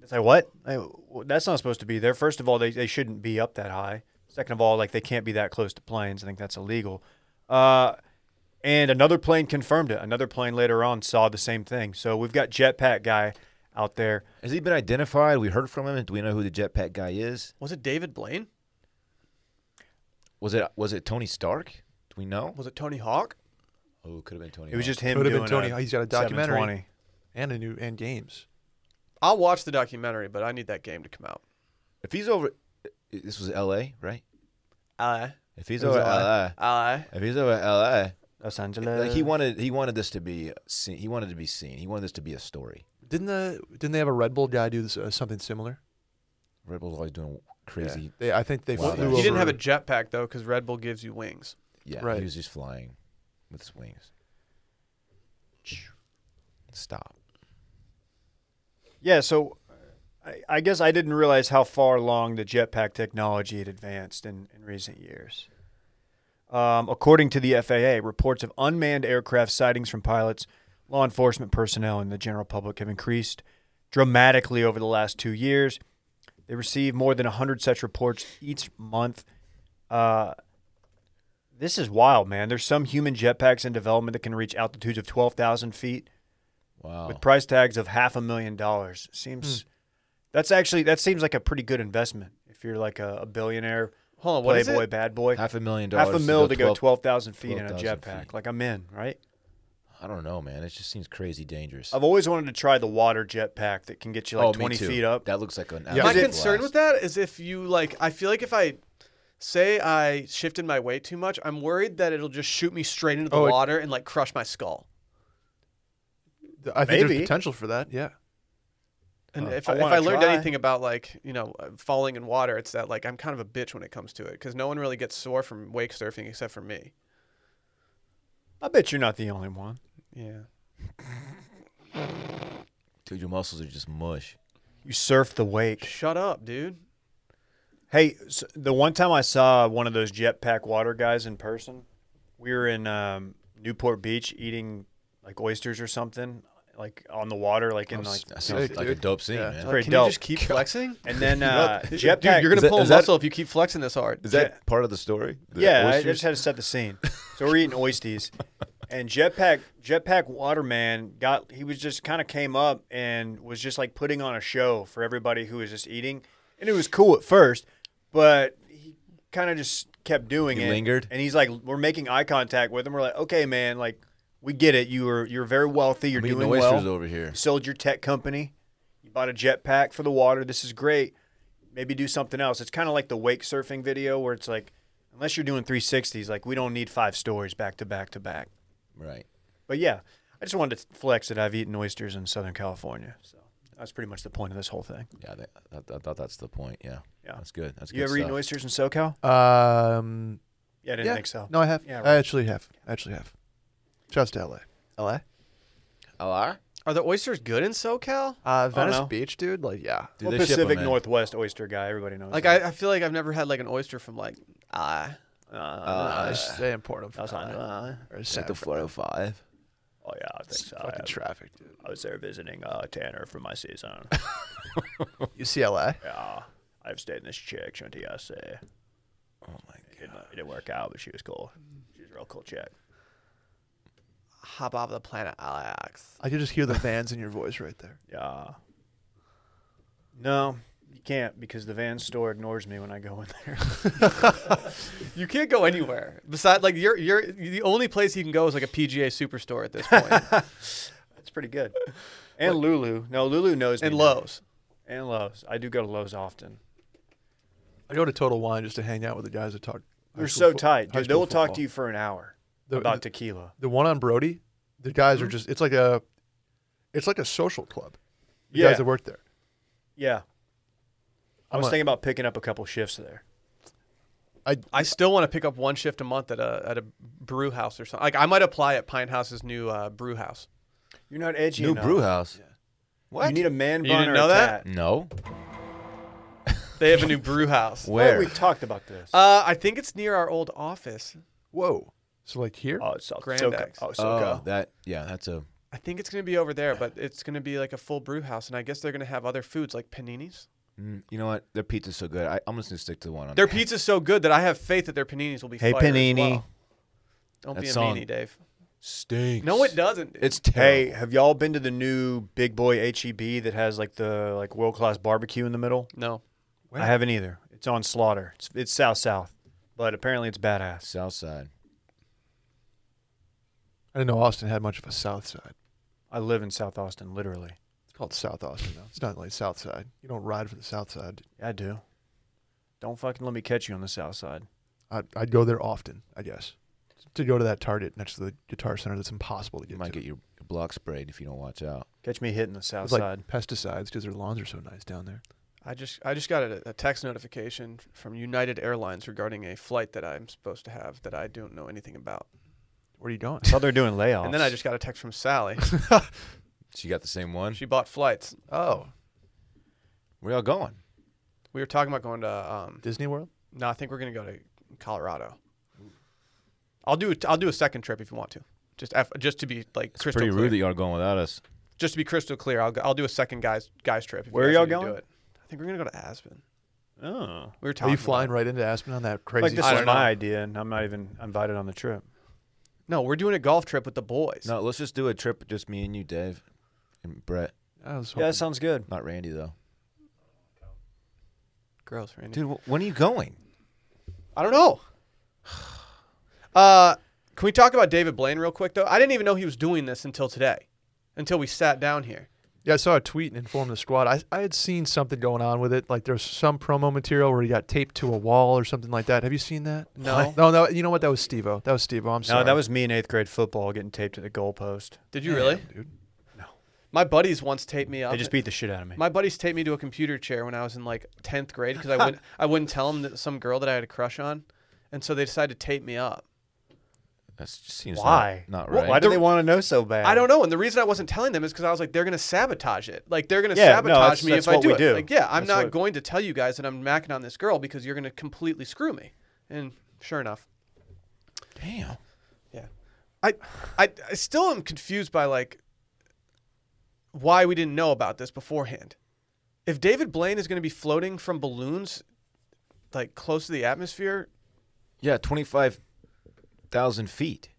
It's like what? Like, w- that's not supposed to be there. First of all, they they shouldn't be up that high. Second of all, like they can't be that close to planes. I think that's illegal. Uh, and another plane confirmed it. Another plane later on saw the same thing. So we've got jetpack guy out there. Has he been identified? We heard from him. Do we know who the jetpack guy is? Was it David Blaine? Was it was it Tony Stark? Do we know? Was it Tony Hawk? Oh, could have been Tony. It was Hawk. just him. Could have doing been Tony. A He's got a documentary. 720. and a new and games. I'll watch the documentary, but I need that game to come out. if he's over. This was L.A. right? Uh, If he's It was over LA. L.A. uh, If he's over L.A. Los Like Angeles. he wanted he wanted this to be seen. He wanted to be seen. He wanted this to be a story. Didn't the didn't they have a Red Bull guy do this, uh, something similar? Red Bull's always doing crazy. They, I think they Wow, flew that's- he didn't over- have a jetpack though, because Red Bull gives you wings. Yeah, Right. he was just flying with his wings. Stop. Yeah, so I, I guess I didn't realize how far along the jetpack technology had advanced in, in recent years. Um, according to the FAA, reports of unmanned aircraft sightings from pilots, law enforcement personnel, and the general public have increased dramatically over the last two years. They receive more than 100 such reports each month. Uh, this is wild, man. There's some human jetpacks in development that can reach altitudes of 12,000 feet Oh. Wow. with price tags of half a million dollars. Hmm. Seems that's actually that seems like a pretty good investment if you're like a, a billionaire Hold on, Oh, what is playboy it? bad boy. Half, half a million dollars. a mil to go twelve thousand feet in a 12,000 jetpack. feet. Like I'm in, right? I don't know, man. It just seems crazy dangerous. I've always wanted to try the water jetpack that can get you like Oh, me twenty too. feet up. That looks like an. Yeah. My Is it- concern with that is if you like, I feel like if I say I shifted my weight too much, I'm worried that it'll just shoot me straight into the Oh, it- water and like crush my skull. I think Maybe. there's potential for that. Yeah. And Uh, if, I I, if wanna I learned try. anything about like you know uh, falling in water, it's that like I'm kind of a bitch when it comes to it because no one really gets sore from wake surfing except for me. I bet you're not the only one. Yeah. Dude, your muscles are just mush. You surf the wake. Shut up, dude. Hey, s the one time I saw one of those jetpack water guys in person, we were in um, Newport Beach eating like oysters or something, like on the water, like in like. That sounds Sick, like dude. a dope scene, Yeah. man. Uh, pretty can dope. you just keep flexing? And then uh, Dude, jetpack. you're gonna that- pull a is that- muscle if you keep flexing this hard. Is that Yeah. part of the story? The yeah, I- I oysters? just had to set the scene. So we're eating oysters, and jetpack jetpack waterman got he was just kind of came up and was just like putting on a show for everybody who was just eating, and it was cool at first, but he kind of just kept doing He it. lingered? and he's like, we're making eye contact with him. We're like, okay, man, like we get it. You were you're very wealthy. You're I'm eating doing well. oysters over here. You sold your tech company. You bought a jetpack for the water. This is great. Maybe do something else. It's kind of like the wake surfing video where it's like, unless you're doing 360s, like we don't need five stories back to back to back. Right. But yeah, I just wanted to flex that I've eaten oysters in Southern California. So that's pretty much the point of this whole thing. Yeah, that, I, I thought that's the point. Yeah. Yeah. That's good. That's You good ever stuff. eaten oysters in SoCal? Um, Yeah, I didn't yeah. think so. No, I have. Yeah, I right. actually have. I actually have. Shouts to LA. LA. LR? Are the oysters good in SoCal? Uh, Venice know. Beach, dude. Like, yeah. Dude, I'm a they ship 'em, Pacific man. Northwest oyster guy. Everybody knows. Like that. I, I feel like I've never had like an oyster from like ah. Uh, Uh, just they import them. I was on. Uh, or Take San the 405. oh yeah, I think so. Fucking I, traffic, dude. I was there visiting uh, Tanner for my season. UCLA. Yeah, I've stayed in this chick, Shanti I say. Oh, my It didn't, it didn't work out, but she was cool. She was a real cool chick. Hop off the planet, Alex. I could just hear the fans in your voice right there. Yeah. No, you can't because the van store ignores me when I go in there. You can't go anywhere besides like you're you're the only place you can go is like a PGA Superstore at this point That's pretty good. And Lulu. No, Lulu knows me. and now. Lowe's. And Lowe's. I do go to Lowe's often. I go to Total Wine just to hang out with the guys that talk. high They're school so fo- tight, high dude. They school will talk football. to you for an hour The- about Mm-hmm. the- tequila. The one on Brody, the guys are just. It's like a, it's like a social club. The Yeah. guys that work there. Yeah. I I'm was a- thinking about picking up a couple shifts there. I still want to pick up one shift a month at a at a brew house or something. Like I might apply at Pine House's new uh, brew house. You're not edgy. New enough. brew house. What? You need a man bun You didn't or a know that? tat. no. They have a new brew house. I thought Where? We talked about this. Uh, I think it's near our old office. Whoa. So like here. Oh, it's South Grand SoCal. X. Oh, SoCal. oh, that. Yeah, that's a. I think it's gonna be over there, but it's gonna be like a full brew house, and I guess they're gonna have other foods like paninis. Mm, you know what? Their pizza's so good. I, I'm just gonna stick to the one on Their pizza's so good that I have faith that their paninis will be. Hey, fire as panini. well. Don't That be a song- meanie, Dave. Stinks. No, it doesn't. dude. It's Hey, terrible. have y'all been to the new Big Boy HEB that has like the like world class barbecue in the middle? no. I haven't either. It's on Slaughter. It's, it's South South, but apparently it's badass. South Side. I didn't know Austin had much of a South Side. I live in South Austin, literally. It's called South Austin though. It's not like South Side. You don't ride for the South Side. Yeah, I do. Don't fucking let me catch you on the South Side. I'd, I'd go there often, I guess, to go to that Target next to the Guitar Center. That's impossible to You get might to. get your your block sprayed if you don't watch out. Catch me hitting the South It's like Side. pesticides because their lawns are so nice down there. I just I just got a, a text notification from United Airlines regarding a flight that I'm supposed to have that I don't know anything about. Where are you going? I thought they were doing layoffs. And then I just got a text from Sally. So you got the same one. she bought flights. Oh, Where y'all going? We were talking about going to um Disney World. no, I think we're going to go to Colorado. I'll do it- I'll do a second trip if you want to. Just F, just to be like It's crystal pretty clear. rude that y'all are going without us. just to be crystal clear, I'll, go, I'll do a second guys guys trip. If you Where are guys y'all need to do going? it. I think we're gonna go to Aspen. oh. We were talking. Are you about flying it. right into Aspen on that crazy? Like this I is my don't know. idea, and I'm not even invited on the trip. No, we're doing a golf trip with the boys. No, let's just do a trip, just me and you, Dave, and Brett. I was Yeah, hoping- that sounds good. Not Randy though. Gross, Randy. Dude, wh- when are you going? I don't know. Uh, can we talk about David Blaine real quick though? I didn't even know he was doing this until today, until we sat down here. yeah, I saw a tweet and informed the squad. I, I had seen something going on with it. Like there's some promo material where he got taped to a wall or something like that. Have you seen that? No. No, no. You know what? That was Stevo. That was Stevo. I'm sorry. No, that was me in eighth grade football getting taped to the goalpost. Did you really? dude. My buddies once taped me up. They just beat the shit out of me. My buddies taped me to a computer chair when I was in like tenth grade because I wouldn't I wouldn't tell them that some girl that I had a crush on, and so they decided to tape me up. That just seems not- Why? Not, Wh- right. Why do they want to know so bad? I don't know. And the reason I wasn't telling them is because I was like, they're going to sabotage it. Like, they're going to Yeah, no, sabotage that's- me that's if I what do we it. do. Like, yeah, I'm That's not what- going to tell you guys that I'm macking on this girl because you're going to completely screw me. And sure enough, Damn. yeah. I, I, I still am confused by like why we didn't know about this beforehand. If David Blaine is going to be floating from balloons, like close to the atmosphere, Yeah, twenty five thousand feet.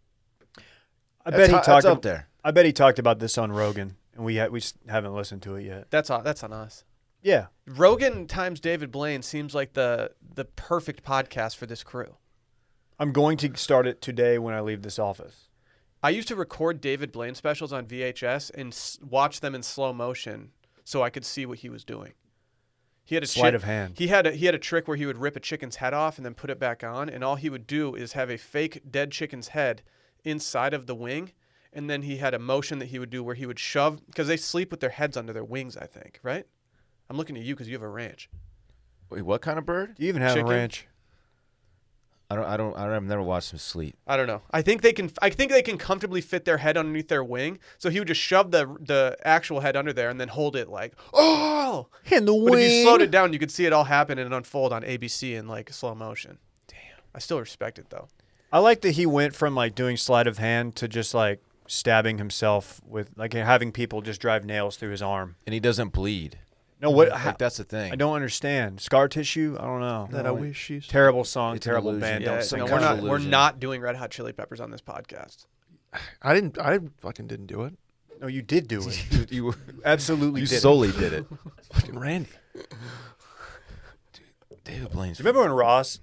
I That's bet he how- talked that's up there. I bet he talked about this on Rogan, and we ha- we s haven't listened to it yet. that's on, that's on us. Yeah, Rogan times David Blaine seems like the the perfect podcast for this crew. I'm going to start it today when I leave this office. I used to record David Blaine specials on VHS and s- watch them in slow motion so I could see what he was doing. He had a Sleight chick- of hand. He had a, he had a trick where he would rip a chicken's head off and then put it back on, and all he would do is have a fake dead chicken's head inside of the wing, and then he had a motion that he would do where he would shove because they sleep with their heads under their wings, I think, right? I'm looking at you because you have a ranch. Wait, what kind of bird? Do you even have Chicken? a ranch? I don't. I don't. I don't, I've never watched him sleep. I don't know. I think they can. I think they can comfortably fit their head underneath their wing. So he would just shove the the actual head under there and then hold it like, oh. In the But if you slowed it down, you could see it all happen and unfold on ABC in like slow motion. Damn. I still respect it though. I like that he went from like doing sleight of hand to just like stabbing himself with like having people just drive nails through his arm. And he doesn't bleed. No, what? Like how- that's the thing. I don't understand. Scar tissue? I don't know. That I wish she's. Terrible song, It's an terrible illusion. band. Yeah, don't it's sing. no, it. we're Kind not. of We're illusion. not doing Red Hot Chili Peppers on this podcast. I didn't. I fucking didn't do it. No, you did do it. You, you, Absolutely you did. it. solely did it. Fucking Randy. David Blaine's. Do you remember when Ross,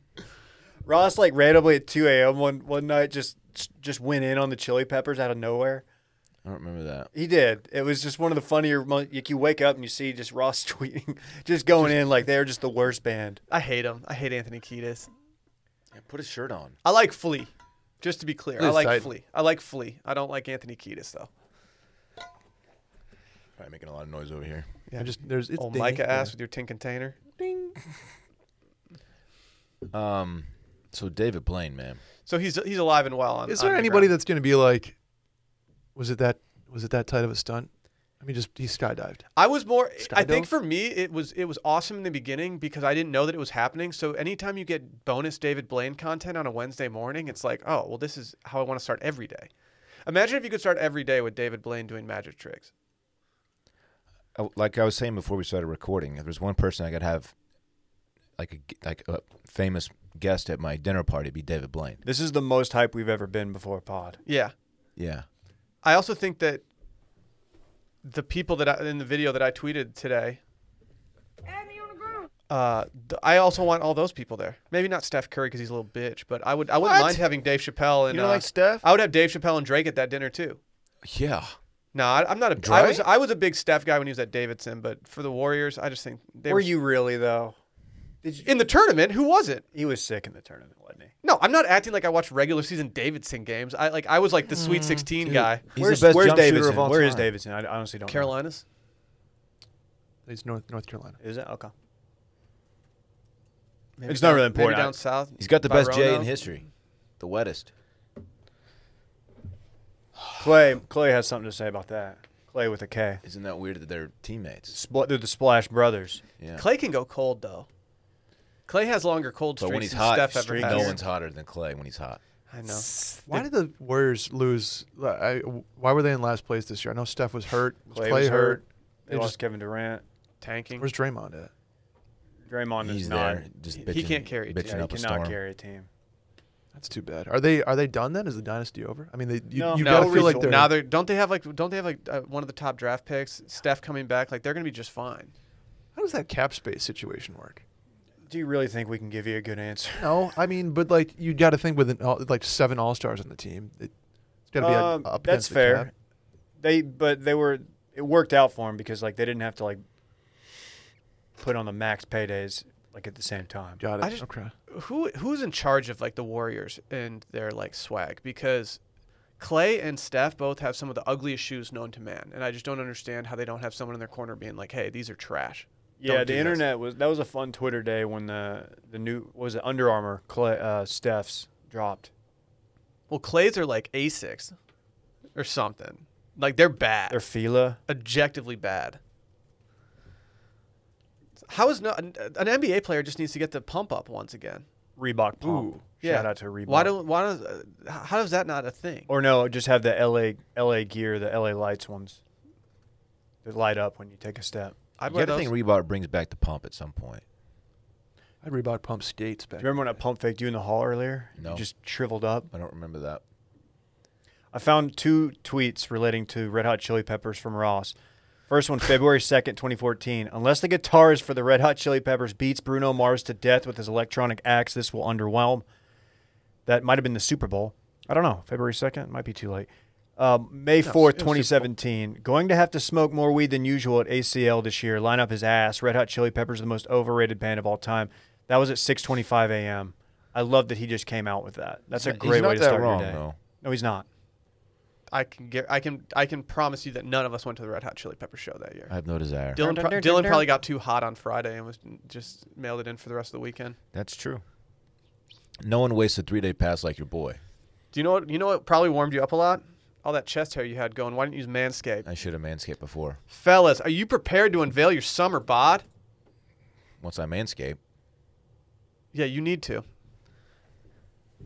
Ross like randomly at 2 a.m. one one night just just went in on the Chili Peppers out of nowhere? I don't remember that. He did. It was just one of the funnier. mo- Like you wake up and you see just Ross tweeting, just going in like they're just the worst band. I hate him. I hate Anthony Kiedis. Yeah, put a shirt on. I like Flea. Just to be clear, I This like side- Flea. I like Flea. I don't like Anthony Kiedis though. Probably making a lot of noise over here. I just there's it's Old dingy. Oh, Micah ass Yeah. with your tin container. Um. So David Blaine, man. So he's he's alive and well. On, Is there on the anybody ground. that's gonna be like, was it that was it that tight of a stunt? I mean, just he skydived. I was more. I think Skydove? for me, it was it was awesome in the beginning because I didn't know that it was happening. So anytime you get bonus David Blaine content on a Wednesday morning, it's like, oh, well, this is how I want to start every day. Imagine if you could start every day with David Blaine doing magic tricks. I- Oh, like I was saying before we started recording, if there's one person I could have, like a g- like a famous guest at my dinner party, it'd be David Blaine. This is the most hype we've ever been before Pod. Yeah. Yeah. I also think that the people that I, in the video that I tweeted today, uh, th- I also want all those people there. Maybe not Steph Curry because he's a little bitch, but I would I wouldn't What? mind having Dave Chappelle and You don't uh, like Steph? I would have Dave Chappelle and Drake at that dinner too. Yeah. No, I, I'm not a. I Dre? was I was a big Steph guy when he was at Davidson, but for the Warriors, I just think they Were you really though? Did you, in the tournament? Who was it? he was sick in the tournament, wasn't he? No, I'm not acting like I watched regular season Davidson games. I like I was like the Mm, Sweet 16 guy. Oh, He's the best jump shooter Davidson? of all Where time. is Davidson? I honestly don't. know. Carolinas. He's North North Carolina. Is it okay? Maybe It's not down- really Maybe important. down I- south. He's got the by best J in Roanoke. history, the wettest. Clay Clay has something to say about that. Clay with a K. Isn't that weird that they're teammates? Spl- they're the Splash Brothers. Yeah. Clay can go cold though. Clay has longer cold but streaks when he's than hot, Steph ever streak, has. no one's hotter than Clay when he's hot. I know. Why did the Warriors lose? I, why were they in last place this year? I know Steph was hurt. Was Clay, was hurt. They They lost just- Kevin Durant. Tanking. Where's Draymond at? Draymond He's is not. there, just He bitching, can't carry a team. bitching Yeah, he up a cannot storm. carry a team. That's too bad. Are they are they done then? Is the dynasty over? I mean, they you, No. you No, gotta feel like result. they're now they're don't they have like don't they have like uh, one of the top draft picks? Steph coming back, like they're gonna be just fine. How does that cap space situation work? Do you really think we can give you a good answer? No, I mean, but like you got to think with an, all- like seven all stars on the team, it, it's got to be a- Um, up that's against the fair. cap. They but they were it worked out for him because like they didn't have to like put on the max paydays like at the same time. Got it. I just- okay. who who's in charge of like the Warriors and their like swag because Clay and Steph both have some of the ugliest shoes known to man, and I just don't understand how they don't have someone in their corner being like, "Hey, these are trash." Yeah, Don't do the this. internet was that was a fun Twitter day when the the new what was it Under Armour Clay, uh, Steph's dropped. Well, clays are like Asics or something. Like they're bad. They're Fila. objectively bad. How is no an, an NBA player just needs to get the pump up once again? Reebok pump. Ooh, Shout out to Reebok. Why don't why don't uh, how is that not a thing? or no, just have the LA LA gear, the LA lights ones. That light up when you take a step. I'd You wear gotta those. think Reebok brings back the pump at some point. I Reebok pump skates Do back. you remember when I pump faked you in the hall earlier? No. You just shriveled up. I don't remember that. I found two tweets relating to Red Hot Chili Peppers from Ross. First one, February 2nd, 2014. Unless the guitarist for the Red Hot Chili Peppers beats Bruno Mars to death with his electronic axe, this will underwhelm. That might have been the Super Bowl. I don't know. February 2nd? Might be too late. Um, May No, 4th, it was Super Bowl. 2017. Going to have to smoke more weed than usual at ACL this year. Line up his ass. Red Hot Chili Peppers, the most overrated band of all time. That was at 6.25 a.m. I love that he just came out with that. That's a He's great not way to that start wrong, your day. though. No, he's not. I can get I can I can promise you that none of us went to the Red Hot Chili Pepper show that year. I have no desire. Dylan, pro- Dun, dun, dun, Dylan dun. probably got too hot on Friday and was just mailed it in for the rest of the weekend. That's true. No one wastes a three day pass like your boy. Do you know what you know what probably warmed you up a lot? All that chest hair you had going. Why didn't you use Manscaped? I should have manscaped before. Fellas, are you prepared to unveil your summer bod? Once I manscape, Yeah, you need to.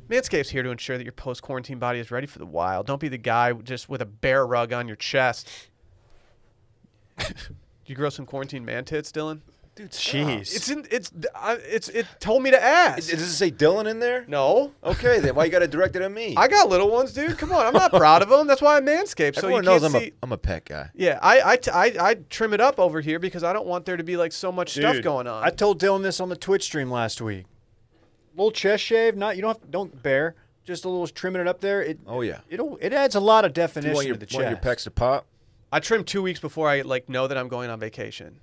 Manscaped's here to ensure that your post quarantine body is ready for the wild. Don't be the guy just with a bear rug on your chest. Did you grow some quarantine man tits, Dylan? dude, Jeez. It's in. It's. I, it's. It told me to ask. Does it say Dylan in there? No, Okay, then why you got to direct it at me? I got little ones, dude. Come on, I'm not proud of them. That's why I manscaped. So Everyone you can't knows I'm see. a I'm a pet guy. Yeah, I I, t- I I trim it up over here because I don't want there to be like so much stuff Dude, going on. I told Dylan this on the Twitch stream last week. Little chest shave, not you don't have, don't bare, just a little trimming it up there. It Oh yeah. it'll it adds a lot of You definition want your, to the want chest. your pecs to pop? I trim two weeks before I like know that I'm going on vacation.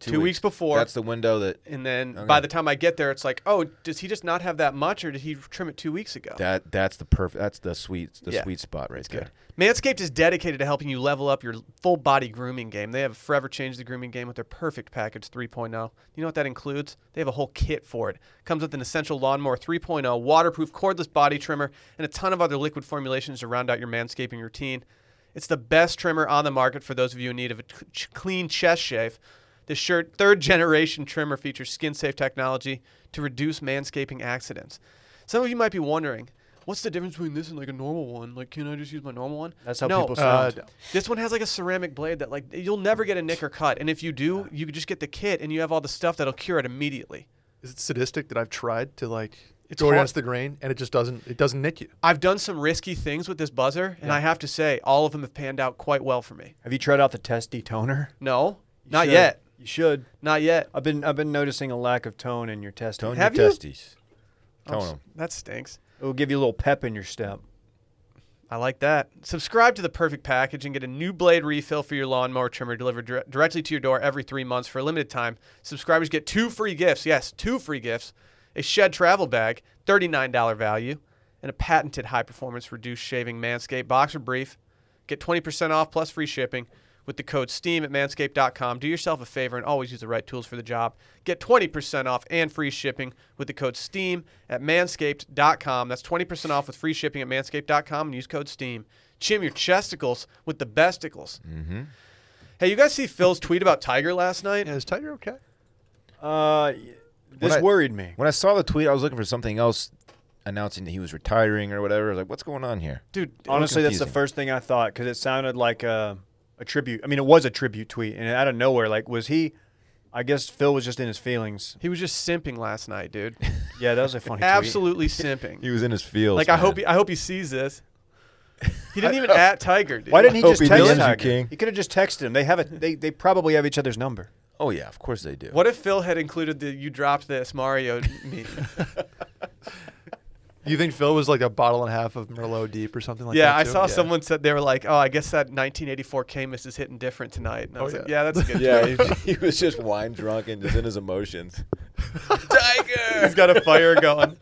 Two, weeks. before. That's the window that and then Okay. by the time I get there, it's like, oh, does he just not have that much, or did he trim it two weeks ago? that that's the perfect that's the sweet the Yeah. sweet spot right there. Manscaped is dedicated to helping you level up your full body grooming game. They have forever changed the grooming game with their Perfect Package 3.0. You know what that includes? They have a whole kit for it. Comes with an essential lawnmower 3.0, waterproof cordless body trimmer, and a ton of other liquid formulations to round out your manscaping routine. It's the best trimmer on the market for those of you in need of a c- ch- clean chest shave. This shirt, third generation trimmer features skin safe technology to reduce manscaping accidents. Some of you might be wondering, what's the difference between this and like a normal one? Like, can I just use my normal one? That's how no, people Uh, sound. d- This one has like a ceramic blade that like you'll never get a nick or cut, and if you do, you just get the kit and you have all the stuff that'll cure it immediately. Is it sadistic that I've tried to like It's go hard- against the grain and it just doesn't it doesn't nick you? I've done some risky things with this buzzer, and I have to say, all of them have panned out quite well for me. have you tried out the testy toner? No, You not should. yet, You should. not yet. I've been I've been noticing a lack of tone in your test. Tone Have your you? testes. Tone 'em. That stinks. It'll give you a little pep in your step. I like that. Subscribe to the perfect package and get a new blade refill for your lawnmower trimmer delivered dir- directly to your door every three months for a limited time. Subscribers get two free gifts. Yes, two free gifts: a Shed travel bag, thirty-nine dollar value, and a patented high-performance reduced shaving Manscaped boxer brief. Get twenty percent off plus free shipping with the code STEAM at manscaped.com. Do yourself a favor and always use the right tools for the job. Get 20% off and free shipping with the code STEAM at manscaped.com. That's 20% off with free shipping at manscaped.com and use code STEAM. Chim your chesticles with the besticles. Mm-hmm. Hey, you guys see Phil's tweet about Tiger last night? Yeah, is Tiger okay? Uh, y- this I- worried me. When I saw the tweet, I was looking for something else announcing that he was retiring or whatever. I was like, what's going on here? Dude, Honestly, that's the confusing. first thing I thought because it sounded like a, a tribute. I mean, it was a tribute tweet, and out of nowhere, like was he? I guess Phil was just in his feelings. he was just simping last night, dude. Yeah, that was a funny. tweet. Absolutely simping. was in his field. like I hope he, I hope he sees this. He didn't even at Tiger, dude. Why didn't he hope just he text DMs you, Tiger? King. He could have just texted him. They have a they, they probably have each other's number. Oh yeah, of course they do. What if Phil had included the "you dropped this" Mario meme? You think Phil was like a bottle and a half of Merlot deep or something like yeah, that? I too? saw someone said they were like, "Oh, I guess that 1984 Camus is hitting different tonight." And I Oh, was like, "Yeah, yeah. that's a good." Yeah, yeah, he, he was just wine drunk and just in his emotions. Tiger. He's got a fire going.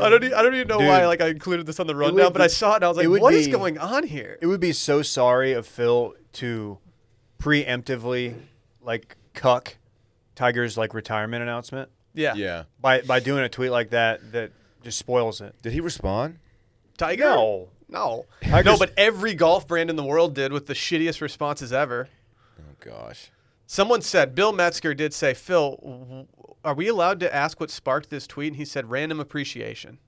I don't. e- I don't even know why. Dude. Like I included this on the rundown, would but be- I saw it and I was it like, would "What is be- going on here?" It would be so sorry of Phil to preemptively like cuck Tiger's like retirement announcement yeah. Yeah. by by doing a tweet like that that Just spoils it. Did he respond? Tiger? No. No. Tiger's- No, but every golf brand in the world did with the shittiest responses ever. Oh gosh. Someone said, Bill Metzger did say, Phil, w- are we allowed to ask what sparked this tweet? And he said, random appreciation.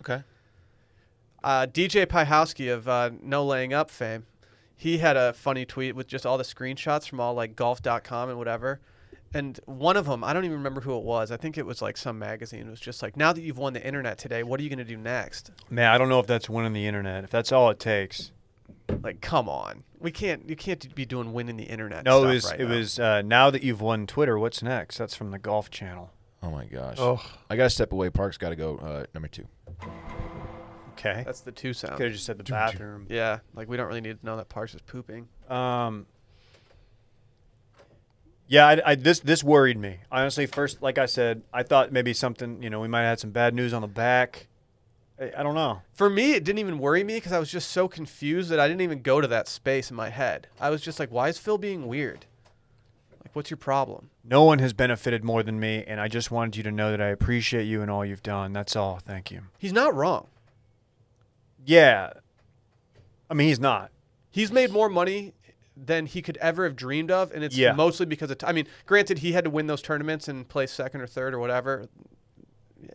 Okay. Uh, DJ Pihowski of uh, No Laying Up fame, he had a funny tweet with just all the screenshots from all like golf.com and whatever. And one of them, I don't even remember who it was. I think it was like some magazine. It was just like, now that you've won the internet today, what are you going to do next? Man, I don't know if that's winning the internet. If that's all it takes. Like, come on. We can't, you can't be doing winning the internet. No, stuff it was. right it now. was. Uh, now that you've won Twitter, what's next? That's from the Golf Channel. Oh my gosh. Oh. I gotta step away. Park's gotta go. Uh, number two. Okay. That's the two sound. Could have just said the bathroom. Yeah, like we don't really need to know that Parks is pooping. Um, yeah, I, I, this this worried me. I honestly first, like I said, I thought maybe something. You know, we might have had some bad news on the back. I, I don't know. For me, it didn't even worry me because I was just so confused that I didn't even go to that space in my head. I was just like, why is Phil being weird? Like, what's your problem? No one has benefited more than me, and I just wanted you to know that I appreciate you and all you've done. That's all. Thank you. He's not wrong. Yeah. I mean, he's not. He's made more money than he could ever have dreamed of, and it's Yeah. mostly because of. T- I mean, granted, he had to win those tournaments and place second or third or whatever.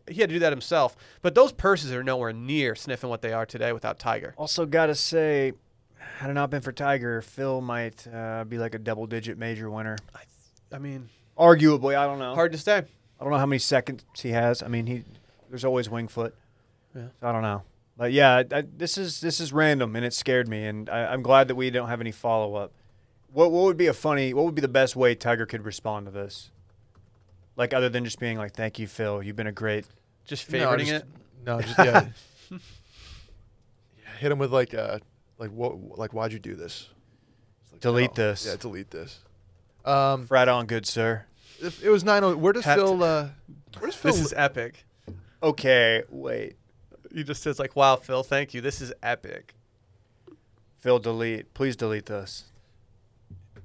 He had to do that himself, but those purses are nowhere near sniffing what they are today without Tiger. Also, gotta say, had it not been for Tiger, Phil might uh, be like a double-digit major winner. I mean, Arguably, I don't know. hard to say. I don't know how many seconds he has. I mean, he there's always Wingfoot. Yeah. So I don't know. But yeah, I, I- this is this is random and it scared me, and I, I'm glad that we don't have any follow up. What what would be a funny? What would be the best way Tiger could respond to this? Like other than just being like, "Thank you, Phil. You've been a great." Just No, favoriting just- it. No, just yeah. Yeah, Hit him with like uh like what like why'd you do this? It's like, Delete no. this. Yeah, delete this. Um, Right on, good sir. if it was nine oh. Where does Hat- Phil? Uh, where does Phil? This is epic. Okay, wait. He just says like, "Wow, Phil, thank you. This is epic." Phil, delete. Please delete this.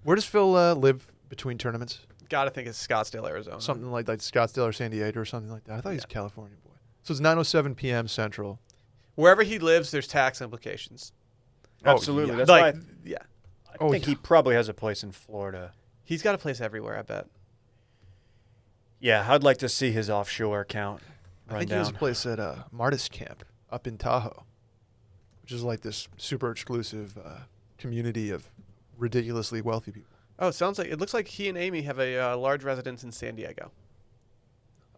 where does Phil uh, live between tournaments? Gotta think it's Scottsdale, Arizona. Something like like Scottsdale or San Diego or something like that. I thought he's a California boy. So it's nine oh seven p.m. Central. Wherever he lives, there's tax implications. Oh, Absolutely. yeah. That's like, why yeah, I, I oh, think yeah. he probably has a place in Florida. he's got a place everywhere. I bet. Yeah, I'd like to see his offshore account. Run I think down. he has a place at uh, Martis Camp up in Tahoe, which is like this super exclusive uh, community of ridiculously wealthy people. Oh, it sounds like it looks like he and Amy have a uh, large residence in San Diego.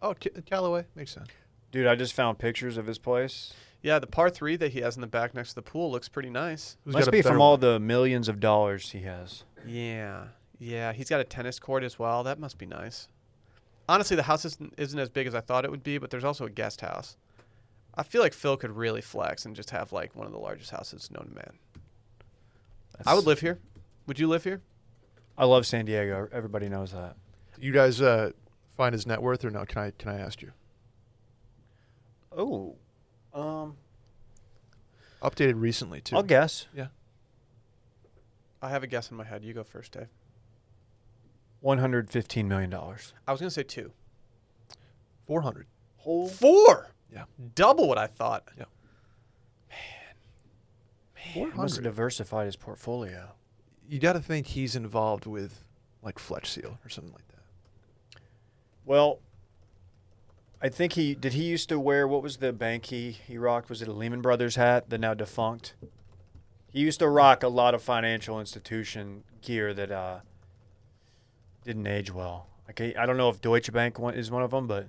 Oh, Ca- Callaway makes sense. Dude, I just found pictures of his place. Yeah, the par three that he has in the back next to the pool looks pretty nice. Who's Must got a be better from one? all the millions of dollars he has. Yeah, yeah, he's got a tennis court as well. That must be nice. Honestly, the house isn't, isn't as big as I thought it would be, but there's also a guest house. I feel like Phil could really flex and just have like one of the largest houses known to man. I would live here. Would you live here? I love San Diego. Everybody knows that. You guys uh, find his net worth or no? Can I can I ask you? Oh, um, Updated recently too. I'll guess I have a guess in my head. You go first, Dave. one hundred fifteen million dollars. I was gonna say two. Four hundred. Four. Yeah. Double what I thought. Yeah. He Four must have hundred. diversified his portfolio. You got to think he's involved with like Fletch Seal or something like that. Well, I think he did. He used to wear what was the bank he he rocked? Was it a Lehman Brothers hat? The now defunct. He used to rock a lot of financial institution gear that uh, didn't age well. Okay, I don't know if Deutsche Bank one, is one of them, but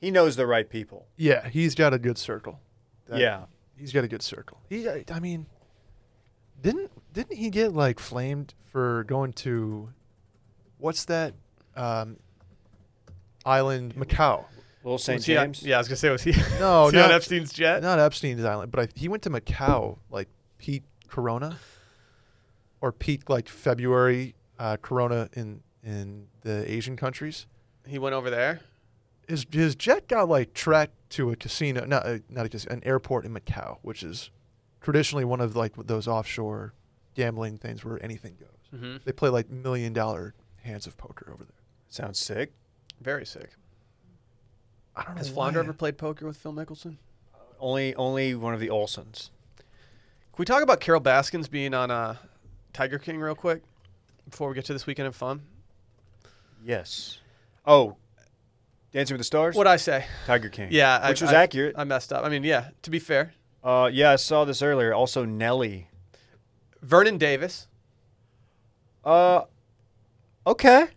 he knows the right people. Yeah, he's got a good circle. That- yeah, he's got a good circle. He, I I mean, didn't didn't he get like flamed for going to what's that um, island, Macau? Little St. Was he on- James. yeah, I was gonna say was he? No, was he on not- Epstein's jet. Not Epstein's island, but I, he went to Macau like peak Corona, or peak like February uh, Corona in in the Asian countries. He went over there. His his jet got like tracked to a casino, not a, not a casino, an airport in Macau, which is traditionally one of like those offshore gambling things where anything goes. Mm-hmm. They play like million dollar hands of poker over there. Sounds sick. Very sick. I don't know. Has Flounder why. ever played poker with Phil Mickelson? Only only one of the Olsons. Can we talk about Carol Baskins being on uh, Tiger King real quick before we get to this weekend in fun? Yes. Oh, Dancing with the Stars. What I say? Tiger King. Yeah, which I, was I- accurate. I messed up. I mean, yeah. To be fair, uh, yeah, I saw this earlier. Also, Nelly. Vernon Davis, Uh, okay.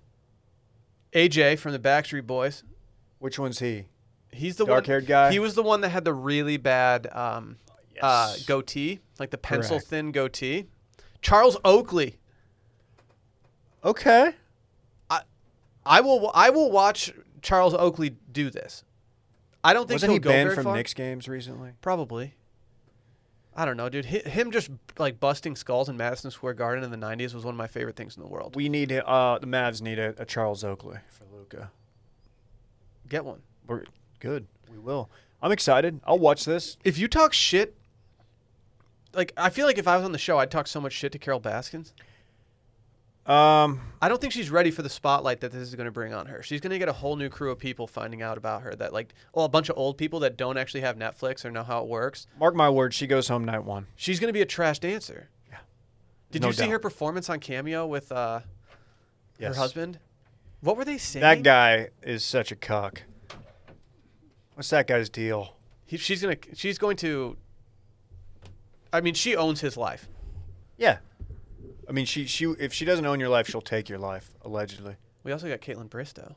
AJ from the Backstreet Boys. Which one's he? He's the Dark-haired one, guy? He was the one that had the really bad um, uh, Yes. goatee, like the pencil Correct. thin goatee. Charles Oakley. Okay. I will. I will watch Charles Oakley do this. I don't think Wasn't he'll he go banned very from far. Knicks games recently? Probably. I don't know, dude. Hi- Him just like busting skulls in Madison Square Garden in the '90s was one of my favorite things in the world. We need uh the Mavs need a, a Charles Oakley for Luca. Get one. We're good. We will. I'm excited. I'll watch this. If you talk shit, like I feel like if I was on the show, I'd talk so much shit to Carol Baskins. Um, I don't think she's ready for the spotlight that this is going to bring on her. She's going to get a whole new crew of people finding out about her that like, well, a bunch of old people that don't actually have Netflix or know how it works. mark my words, she goes home night one. She's going to be a trash dancer. Yeah. Did No you see doubt. her performance on Cameo with uh, her husband? What were they saying? That guy is such a cock. What's that guy's deal? He, she's gonna. She's going to. I mean, she owns his life. Yeah. I mean, she she if she doesn't own your life, she'll take your life allegedly. We also got Caitlin Bristow.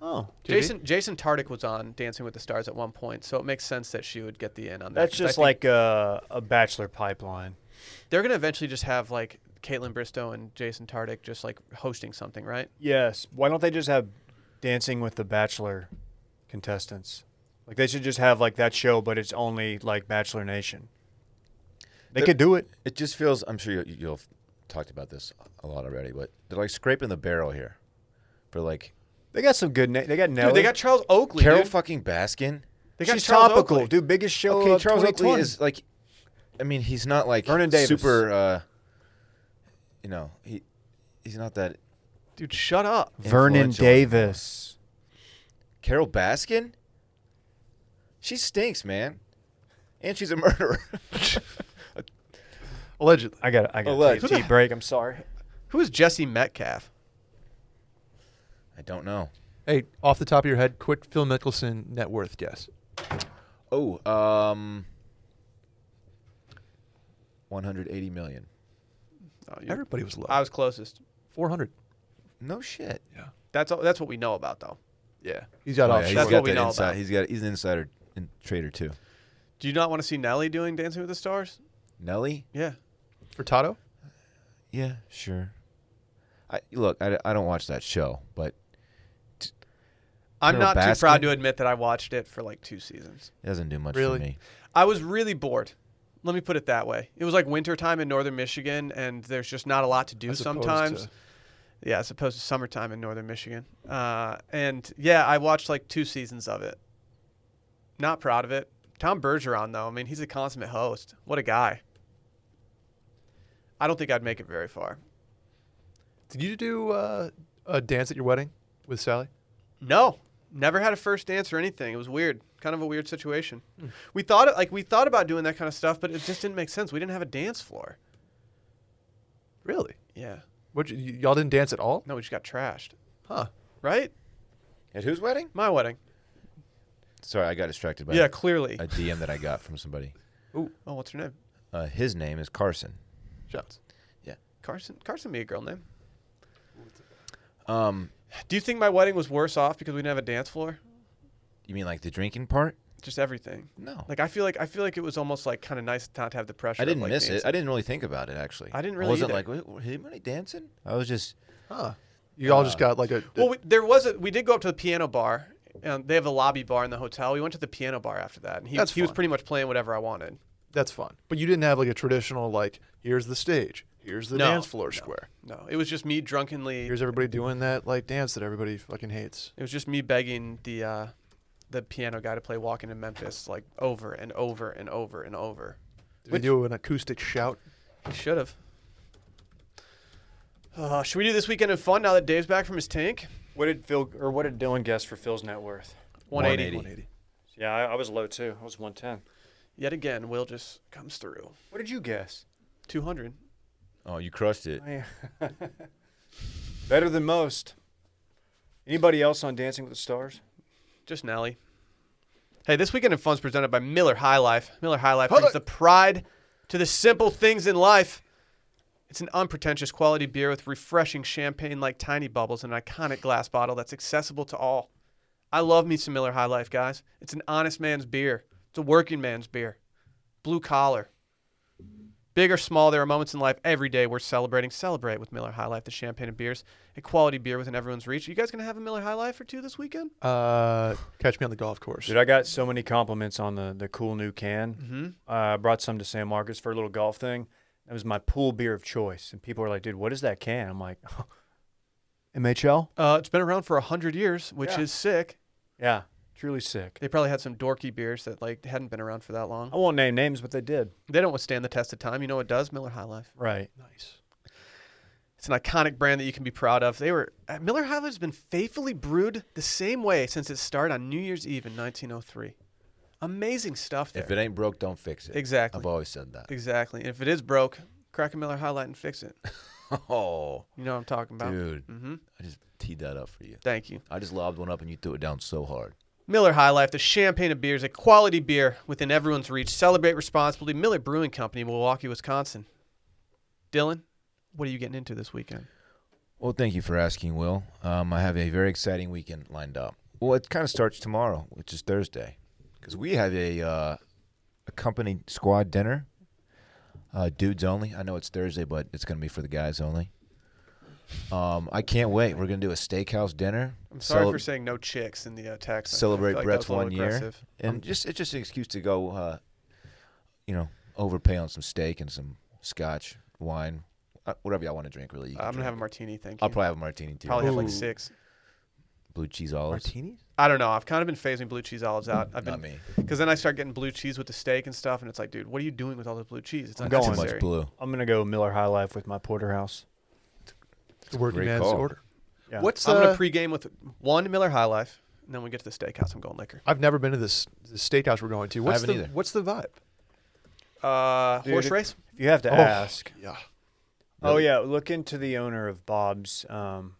Oh, Did he? Jason Jason Tardik was on Dancing with the Stars at one point, so it makes sense that she would get the in on that. that's 'cause I just think like a, a bachelor pipeline. they're gonna eventually just have like Caitlin Bristow and Jason Tardik just like hosting something, right? Yes. Why don't they just have Dancing with the Bachelor contestants? Like they should just have like that show, but it's only like Bachelor Nation. They The- could do it. It just feels. I'm sure you, you've talked about this a lot already, but they're like scraping the barrel here for like They got some good. Na- they got Nelly. Dude, they got Charles Oakley. Carol dude. fucking Baskin. They got She's Charles topical, Oakley. dude. Biggest show. Okay, of Charles Oakley 2020. is like, I mean, he's not like Vernon Davis. super. Uh, you know, he he's not that. Dude, shut up. Vernon influential. Davis. Carol Baskin. She stinks, man, and she's a murderer. Allegedly. I got. I got Alleged. a tea break. I'm sorry. Who is Jesse Metcalf? I don't know. Hey, off the top of your head, quick Phil Mickelson net worth guess. Oh, um, one hundred eighty million. Oh, you- Everybody was low. I was closest. 400. No shit. Yeah. That's all, that's what we know about though. Yeah. He's got Oh, off. yeah, he's That's short. what got we that know inside. about. He's got. He's an insider in, trader too. Do you not want to see Nelly doing Dancing with the Stars? Nelly. Yeah. Furtado? Yeah, sure. I look. I, I don't watch that show, but I'm not Carol too proud Baskin? to admit that I watched it for like two seasons. it doesn't do much Really? for me. I was really bored. Let me put it that way. It was like wintertime in northern Michigan, and there's just not a lot to do As opposed sometimes. to- Yeah, as opposed to summertime in northern Michigan. Uh, and yeah, I watched like two seasons of it. Not proud of it. Tom Bergeron, though, I mean, he's a consummate host. What a guy. I don't think I'd make it very far. Did you do uh, a dance at your wedding with Sally? Hmm. No, never had a first dance or anything. It was weird, kind of a weird situation. Hmm. We thought like we thought about doing that kind of stuff, but it just didn't make sense. We didn't have a dance floor. Really? Yeah, What y- y'all didn't dance at all? no, we just got trashed. Huh. Right? At whose wedding? My wedding. Sorry, I got distracted by yeah, clearly. a DM that I got from somebody. oh, what's her name? Uh, his name is Carson. Shots. Carson. Carson, be a girl name. Um, Do you think my wedding was worse off because we didn't have a dance floor? you mean like the drinking part? Just everything. No, Like I feel like I feel like it was almost like kind of nice not to have the pressure. I didn't of, like, miss it. dancing. I didn't really think about it actually. I didn't really I wasn't either. like, "Wait, were anybody dancing? I was just. Huh. You all just got like a. Well, we, there was a we did go up to the piano bar. And they have a lobby bar in the hotel. We went to the piano bar after that, and he, That's he was fun. pretty much playing whatever I wanted. that's fun. But you didn't have like a traditional like here's the stage, here's the No, dance floor square. No, it was just me drunkenly. Here's everybody doing that like dance that everybody fucking hates. It was just me begging the uh, the piano guy to play "Walking in Memphis" like over and over and over and over. Did we Which- do an acoustic shout? He should have. Uh, should we do this weekend in fun now that Dave's back from his tank? What did Phil or what did Dylan guess for Phil's net worth? 180. 180. Yeah, I, I was low too. I was 110. Yet again, Will just comes through. What did you guess? 200. Oh, you crushed it. Better than most. Anybody else on Dancing with the Stars? Just Nelly. Hey, this weekend in fun's presented by Miller High Life. Miller High Life High brings Life. the pride to the simple things in life. It's an unpretentious quality beer with refreshing champagne like tiny bubbles in an iconic glass bottle that's accessible to all. I love me some Miller High Life, guys. It's an honest man's beer. It's a working man's beer. Blue collar. Big or small, there are moments in life every day worth celebrating. Celebrate with Miller High Life, the champagne and beers, a quality beer within everyone's reach. Are you guys going to have a Miller High Life or two this weekend? Uh, catch me on the golf course. Dude, I got so many compliments on the, the cool new can. Mm-hmm. Mhm. Uh, I brought some to San Marcos for a little golf thing. That was my pool beer of choice. And people are like, dude, what is that can? I'm like, MHL? Uh, it's been around for 100 years, which Yeah. is sick. Yeah, truly sick. They probably had some dorky beers that like hadn't been around for that long. I won't name names, but they did. They don't withstand the test of time. You know what does? Miller High Life. Right. nice. It's an iconic brand that you can be proud of. They were uh, Miller High Life has been faithfully brewed the same way since it started on New Year's Eve in 1903. Amazing stuff there. If it ain't broke, don't fix it. Exactly. I've always said that. Exactly. And if it is broke, crack a Miller High Light and fix it. Oh, You know what I'm talking about. dude, Mm-hmm. I just teed that up for you. Thank you. I just lobbed one up and you threw it down so hard. Miller High Life, the champagne of beers, a quality beer within everyone's reach. Celebrate responsibly. Miller Brewing Company, Milwaukee, Wisconsin. Dylan, what are you getting into this weekend? Well, thank you for asking, Will. Um, I have a very exciting weekend lined up. Well, it kind of starts tomorrow, which is Thursday, because we have a uh, a company squad dinner, uh, dudes only. I know it's Thursday, but it's going to be for the guys only. Um, I can't wait. We're going to do a steakhouse dinner. I'm sorry Cele- for saying no chicks in the uh, text. I- I Celebrate feel like that was Brett's a little one year. aggressive. and just it's just an excuse to go, uh, you know, overpay on some steak and some scotch, wine, uh, whatever y'all want to drink. Really, you I'm, can gonna drink. have a martini. Thank you. I'll probably have a martini too. Probably have like Ooh. six. blue cheese olives. Martinis? I don't know. I've kind of been phasing blue cheese olives out. I've Not been me. because then I start getting blue cheese with the steak and stuff, and it's like, dude, what are you doing with all the blue cheese? It's I'm going. Too unnecessary. much blue. I'm going to go Miller High Life with my porterhouse. The working great man's call. order. Yeah. What's I'm gonna uh, pregame with one Miller High Life, and then we get to the steakhouse. I'm going liquor. I've never been to this, this steakhouse we're going to. What's haven't the either. What's the vibe? Uh, Dude, horse it- race. If you have to Oh. ask. Yeah. Oh, yeah. Look into the owner of Bob's um,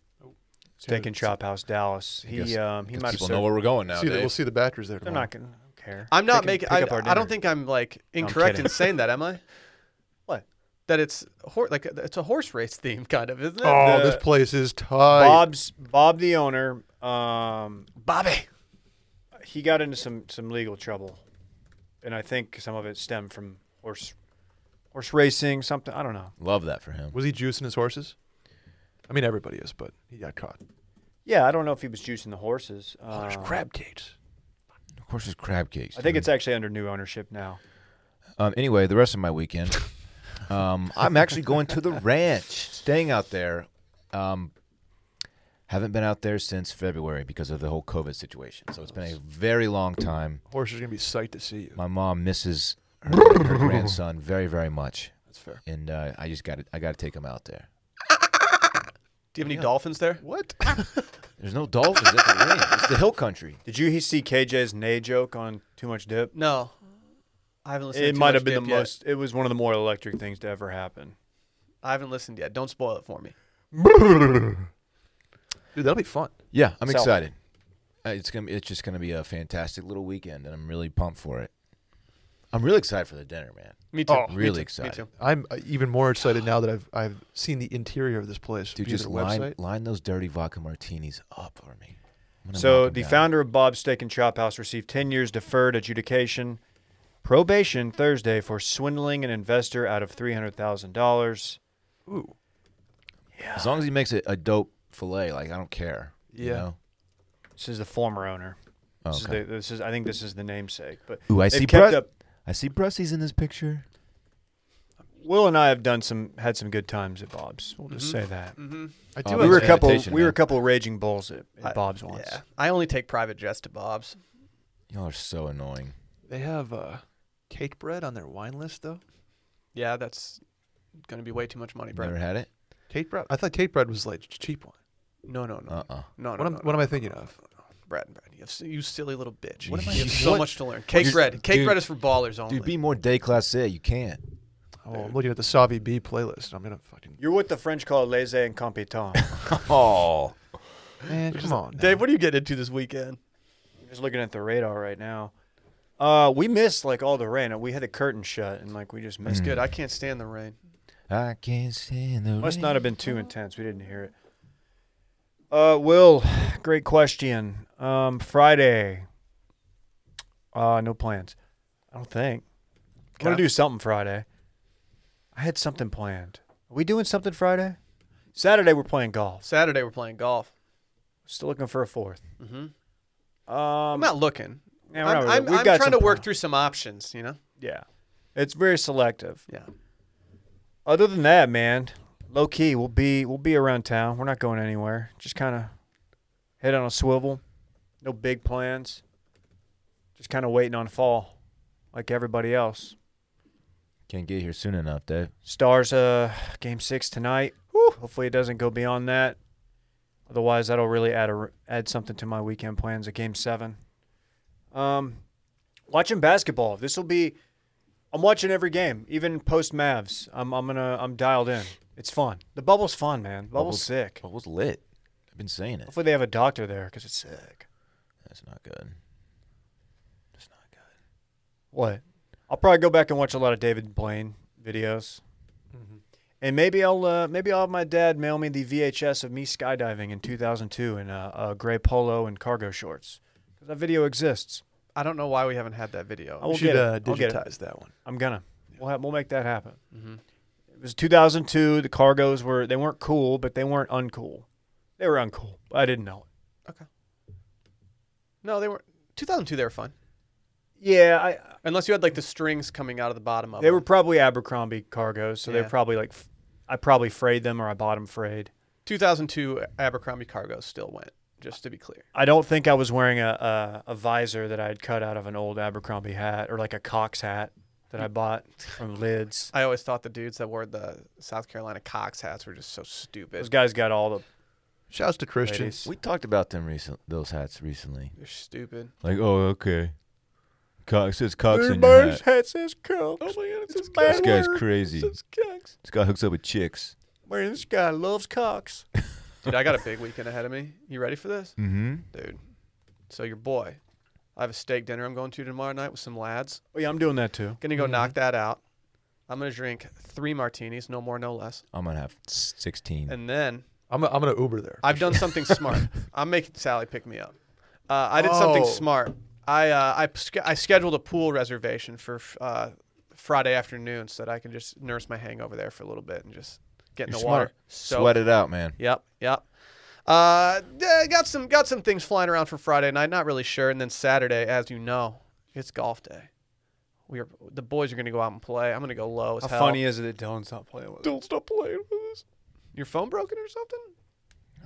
Steak and Chop House, Dallas. Oh. guess- He, um, he Because might have people served. know where we're going now. See, the, we'll see the backers there They're tomorrow. not going to care. I'm not They making. can pick I, up our I don't dinner. think I'm like I'm incorrect in kidding. saying that, am I? What? That it's hor- like it's a horse race theme, kind of, isn't it? Oh, The- this place is tight. Bob's Bob the owner. Um, Bobby. he got into some some legal trouble, and I think some of it stemmed from horse horse racing. Something I don't know. Love that for him. Was he juicing his horses? I mean, everybody is, but he got caught. Yeah, I don't know if he was juicing the horses. Oh, there's Um, crab cakes. Of course, there's crab cakes. I think dude. it's actually under new ownership now. Um, anyway, the rest of my weekend, um, I'm actually going to the ranch, staying out there. Um, haven't been out there since February because of the whole COVID situation. So it's been a very long time. Horses are gonna be psyched to see you. My mom misses her, her grandson very, very much, That's fair. and uh, I just got to I got to take him out there. Do you have any dolphins there? What? There's no dolphins at the ranch. It's the hill country. Did you he- see KJ's nay joke on too much dip? No, I haven't listened. to It too might much have been the Dip yet. most. It was one of the more electric things to ever happen. I haven't listened yet. Don't spoil it for me. Dude, that'll be fun. Yeah, I'm So- excited. Uh, It's gonna it's just gonna be a fantastic little weekend, and I'm really pumped for it. I'm really excited for the dinner, man. Me too. Oh, Me really too. excited. Me too. I'm uh, even more excited now that I've I've seen the interior of this place. Dude, via just the line, website. line those dirty vodka martinis up for me. I'm gonna So knock 'em the down. founder of Bob's Steak and Chop House received 10 years deferred adjudication probation Thursday for swindling an investor out of $300,000. Ooh, as long as he makes it a dope fillet, like I don't care. you Yeah. know? This is the former owner. Oh, This, okay. is the, this is I think this is the namesake. But Ooh, I they've see kept breath- up- I see Brussies in this picture. Will and I have done some had some good times at Bob's. We'll just Mm-hmm. say that. I Oh, do. we We have were a that. couple Sanitation, we were man. a couple raging bulls at, at I- Bob's once. Yeah. I only take private jets to Bob's. Y'all are so annoying. They have uh, cake bread on their wine list, though. Yeah, that's gonna be way too much money, You Brett. Never had it. Cake bread. I thought cake bread was like ch- cheap wine. No, no, no, Uh uh no, no. What am no, What no. am I thinking of? bread and bread. You, have, s- you silly little bitch. What am I- you have so What- much to learn. Cake Dude, bread. Cake dude, bread is for ballers only. Dude, be more day class A. You can't. Oh, I'm looking at the Savi B playlist. I'm gonna fucking You're what the French call laissez incompetent. Oh. man, come on, now. Dave, what are you getting into this weekend? I'm just looking at the radar right now. Uh, we missed like all the rain. We had the curtain shut, and like we just That's Mm. missed good. I can't stand the rain. I can't stand the it. Must rain. not have been too intense. We didn't hear it. Uh, Will, great question. Um, Friday. Uh, no plans. I don't think. I'm gonna Okay. do something Friday. I had something planned. Are we doing something Friday? Saturday we're playing golf. Saturday we're playing golf. Still looking for a fourth. Mhm. I'm Um, not looking. yeah, we're I'm, not really- I'm, we've I'm got trying some to work pl- through some options. You know. Yeah, it's very selective. Yeah. other than that, man, low key, we'll be we'll be around town. We're not going anywhere. Just kind of head on a swivel. No big plans. Just kind of waiting on fall, like everybody else. Can't get here soon enough, Dave. Stars, uh, game six tonight. Hopefully, it doesn't go beyond that. Otherwise, that'll really add a, add something to my weekend plans. At game seven, um, watching basketball. This will be. I'm watching every game, even post Mavs. I'm I'm gonna I'm dialed in. It's fun. The bubble's fun, man. Bubble's, Bubble's- sick. What was lit? I've been saying it. Hopefully, they have a doctor there because it's sick. That's not good. That's not good. What? I'll probably go back and watch a lot of David Blaine videos. Mm-hmm. And maybe I'll uh, maybe I'll have my dad mail me the VHS of me skydiving in 2002 in a, a gray polo and cargo shorts because that video exists. I don't know why we haven't had that video. I we will should get it. uh, I'll get it. digitize Mm-hmm. that one. I'm gonna we'll ha- we'll make that happen. It was 2002. The cargos were they weren't cool, but they weren't uncool. They were uncool. But I didn't know it. No, they were 2002. They were fun, Yeah, I unless you had like the strings coming out of the bottom of they them. were probably Abercrombie cargos, so Yeah. they're probably like f- I probably frayed them or I bought them frayed. 2002 Abercrombie cargos still went. Just to be clear. I don't think I was wearing a, a, a visor that I had cut out of an old Abercrombie hat or like a Cox hat that I bought from Lids. I always thought the dudes that wore the South Carolina Cox hats were just so stupid. Those guys got all the Shouts to Christian. ladies. We talked about them recent those hats recently. They're stupid. Like, oh, okay. Cox says Cox in your Everybody's hat. hat says Cox. Oh my god, it's, it's This guy's crazy. Says This Cox. guy hooks up with chicks. Man, this guy loves Cox. Dude, I got a big weekend ahead of me. You ready for this? Mm-hmm. Dude. So your boy. I have a steak dinner I'm going to tomorrow night with some lads. Oh yeah, I'm doing that too. Gonna go knock that out. I'm gonna drink three martinis, no more, no less. I'm gonna have sixteen. And then I'm, I'm gonna Uber there. I've done something smart. I'm making Sally pick me up. Uh, I did something Oh. smart. I uh, I, sch- I scheduled a pool reservation for uh, Friday afternoon so that I can just nurse my hangover there for a little bit and just get in You're the water. smart. Sweat it out, man. Yep, yep. Uh, yeah, got some got some things flying around for Friday night. Not really sure. And then Saturday, as you know, it's golf day. We are the boys are gonna go out and play. I'm gonna go low as How hell. funny is it that Dylan's not playing with it? Don't stop playing with us. Your phone broken or something?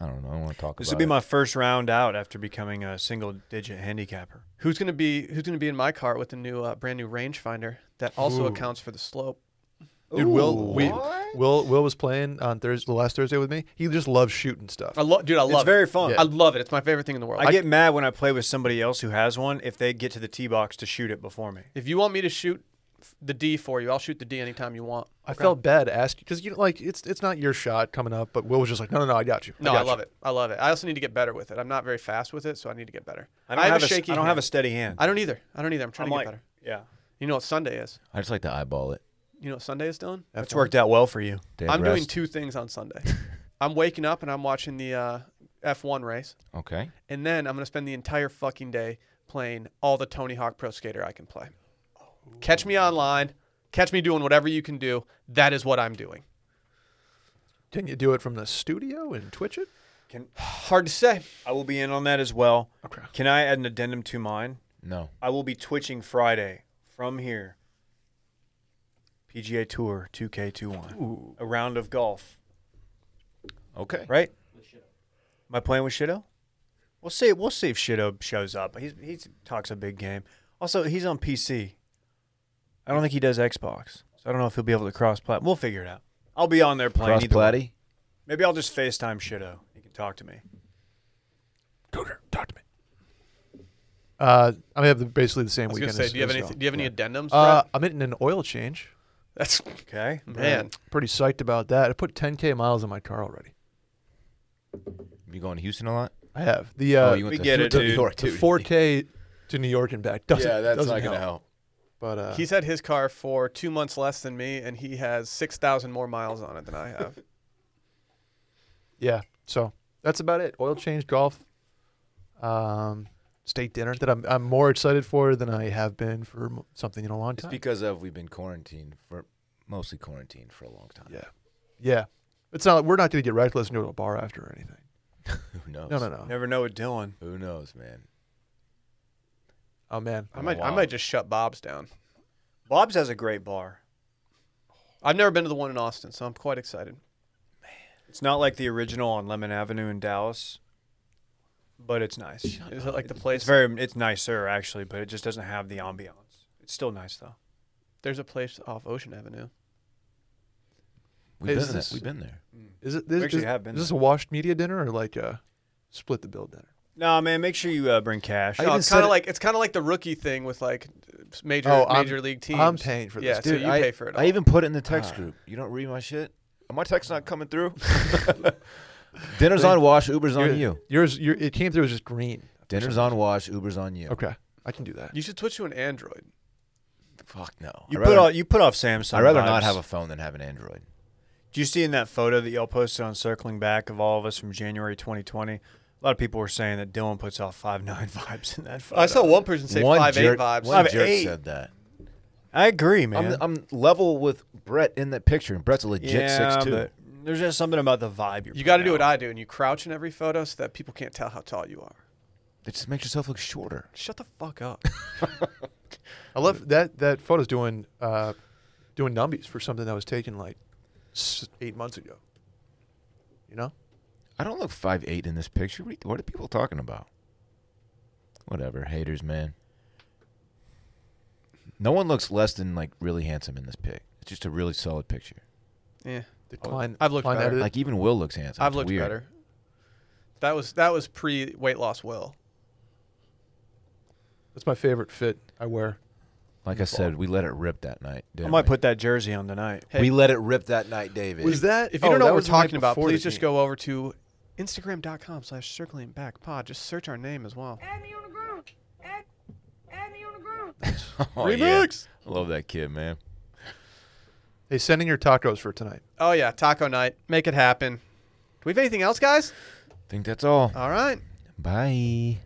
I don't know. I don't want to talk This about would be it. my first round out after becoming a single digit handicapper. Who's gonna be Who's gonna be in my car with the new uh, brand new rangefinder that also accounts for the slope? Dude, Will we Will Will was playing on Thursday, the last Thursday with me. He just loves shooting stuff. I love, dude. I love. it's it. very fun. I love it. It's my favorite thing in the world. I, get mad when I play with somebody else who has one if they get to the tee box to shoot it before me. if you want me to shoot f- the D for you, I'll shoot the D anytime you want. I felt bad asking because you know, like it's it's not your shot coming up, but Will was just like, no, no, no, I got you. No, got I you." love it. I love it. I also need to get better with it. I'm not very fast with it, so I need to get better. I don't have, a a s- shaky. I don't hand. have a steady hand. I don't either. I don't either. I'm trying I'm to get like, better. yeah. You know what Sunday is? I just like to eyeball it. You know what Sunday is, Dylan? That's worked out well for you. Dave I'm doing Rest. two things on Sunday. I'm waking up and I'm watching the uh, F1 race, Okay. and then I'm gonna spend the entire fucking day playing all the Tony Hawk Pro Skater I can play. Catch me online. Catch me doing whatever you can do. That is what I'm doing. Can you do it from the studio and Twitch it? Can Hard to say. I will be in on that as well. Okay. Can I add an addendum to mine? No. I will be twitching Friday from here. PGA Tour 2K21. Ooh. A round of golf, Okay. right? Am I playing with Shido? We'll see. We'll see if Shido shows up. He's he talks a big game. Also, he's on PC. I don't think he does Xbox, so I don't know if he'll be able to cross plat. We'll figure it out. I'll be on there playing. Cross either way. platy. Maybe I'll just FaceTime Shido. He can talk to me. Cougar, talk to me. Uh, I have the, basically the I same was gonna weekend. say, as- do you have as any? y'all. Do you have any addendums? Uh, Brett? I'm hitting an oil change. That's Okay. man. Pretty psyched about that. I put 10k miles on my car already. You going to Houston a lot? I have the uh, oh, you we went to, get you it, went to New dude. York, the dude. 4k to New York and back. Doesn't, yeah, that's doesn't not going to help. help. But uh, He's had his car for two months less than me, and he has six thousand more miles on it than I have. yeah, so that's about it. Oil change, golf, um, state dinner that I'm I'm more excited for than I have been for m- something in a long It's time. because of we've been quarantined for mostly quarantined for a long time. yeah, yeah. It's not. We're not going to get reckless and go to a bar after or anything. Who knows? No, no, no. Never know with Dylan. Who knows, man? Oh man, I might, I wow. might just shut Bob's down. Bob's has a great bar. I've never been to the one in Austin, so I'm quite excited. It's not like the original on Lemon Avenue in Dallas, but it's nice. Is it like the place? It's very it's nicer actually, but it just doesn't have the ambiance. It's still nice though. there's a place off Ocean Avenue. We've Is been, this- there. We've been there. is it this, actually is, have been is this a there. washed media dinner or like a split the bill dinner? No, man, make sure you uh, bring cash. I No, even it's said kind of it- like it's kind of like the rookie thing with like major Oh, I'm- major league teams. I'm paying for yeah, this, so dude. you I, pay for it. All. I even put it in the text Ah. group. You don't read my shit? My text not coming through. Dinner's on wash, Uber's on you. Yours, your, it came through as just green. Dinner's on wash, Uber's on you. Okay, I can do that. you should switch to an Android. Fuck no. you I'd put rather, off you put off Samsung. I'd rather vibes. not have a phone than have an Android. Do you see in that photo that y'all posted on circling back of all of us from January 2020? A lot of people were saying that Dylan puts off five nine vibes in that photo. I saw one person say one five jerk, eight vibes. One Five jerk eight. said that. I agree, man. I'm, I'm level with Brett in that picture, and Brett's a legit yeah, six two. but there's just something about the vibe you're. you got to putting do what out. I do, and you crouch in every photo so that people can't tell how tall you are. Just makes yourself look shorter. Shut the fuck up. I love that that photo's doing uh, doing numbies for something that was taken like s- eight months ago. You know, I don't look five eight in this picture. What are- What are people talking about? Whatever, haters, man. No one looks less than like really handsome in this pic. It's just a really solid picture. yeah, the Klein, I've looked Klein better. edited- Like even Will looks handsome. I've It's looked weird. better. That was that was pre weight loss. Will that's my favorite fit I wear. Like I said, we let it rip that night. I didn't might we? put that jersey on tonight. Hey. We let it rip that night, David. Was that- If you oh, don't know that what we're was the night talking about, before the please just game. go over to Instagram.com slash circling back pod. Just search our name as well. Add me on the ground. Add, add me on the ground. oh, yeah. I love that kid, man. Hey, send in your tacos for tonight. Oh yeah, taco night. Make it happen. Do we have anything else, guys? Uh, Think that's all. All right. Bye.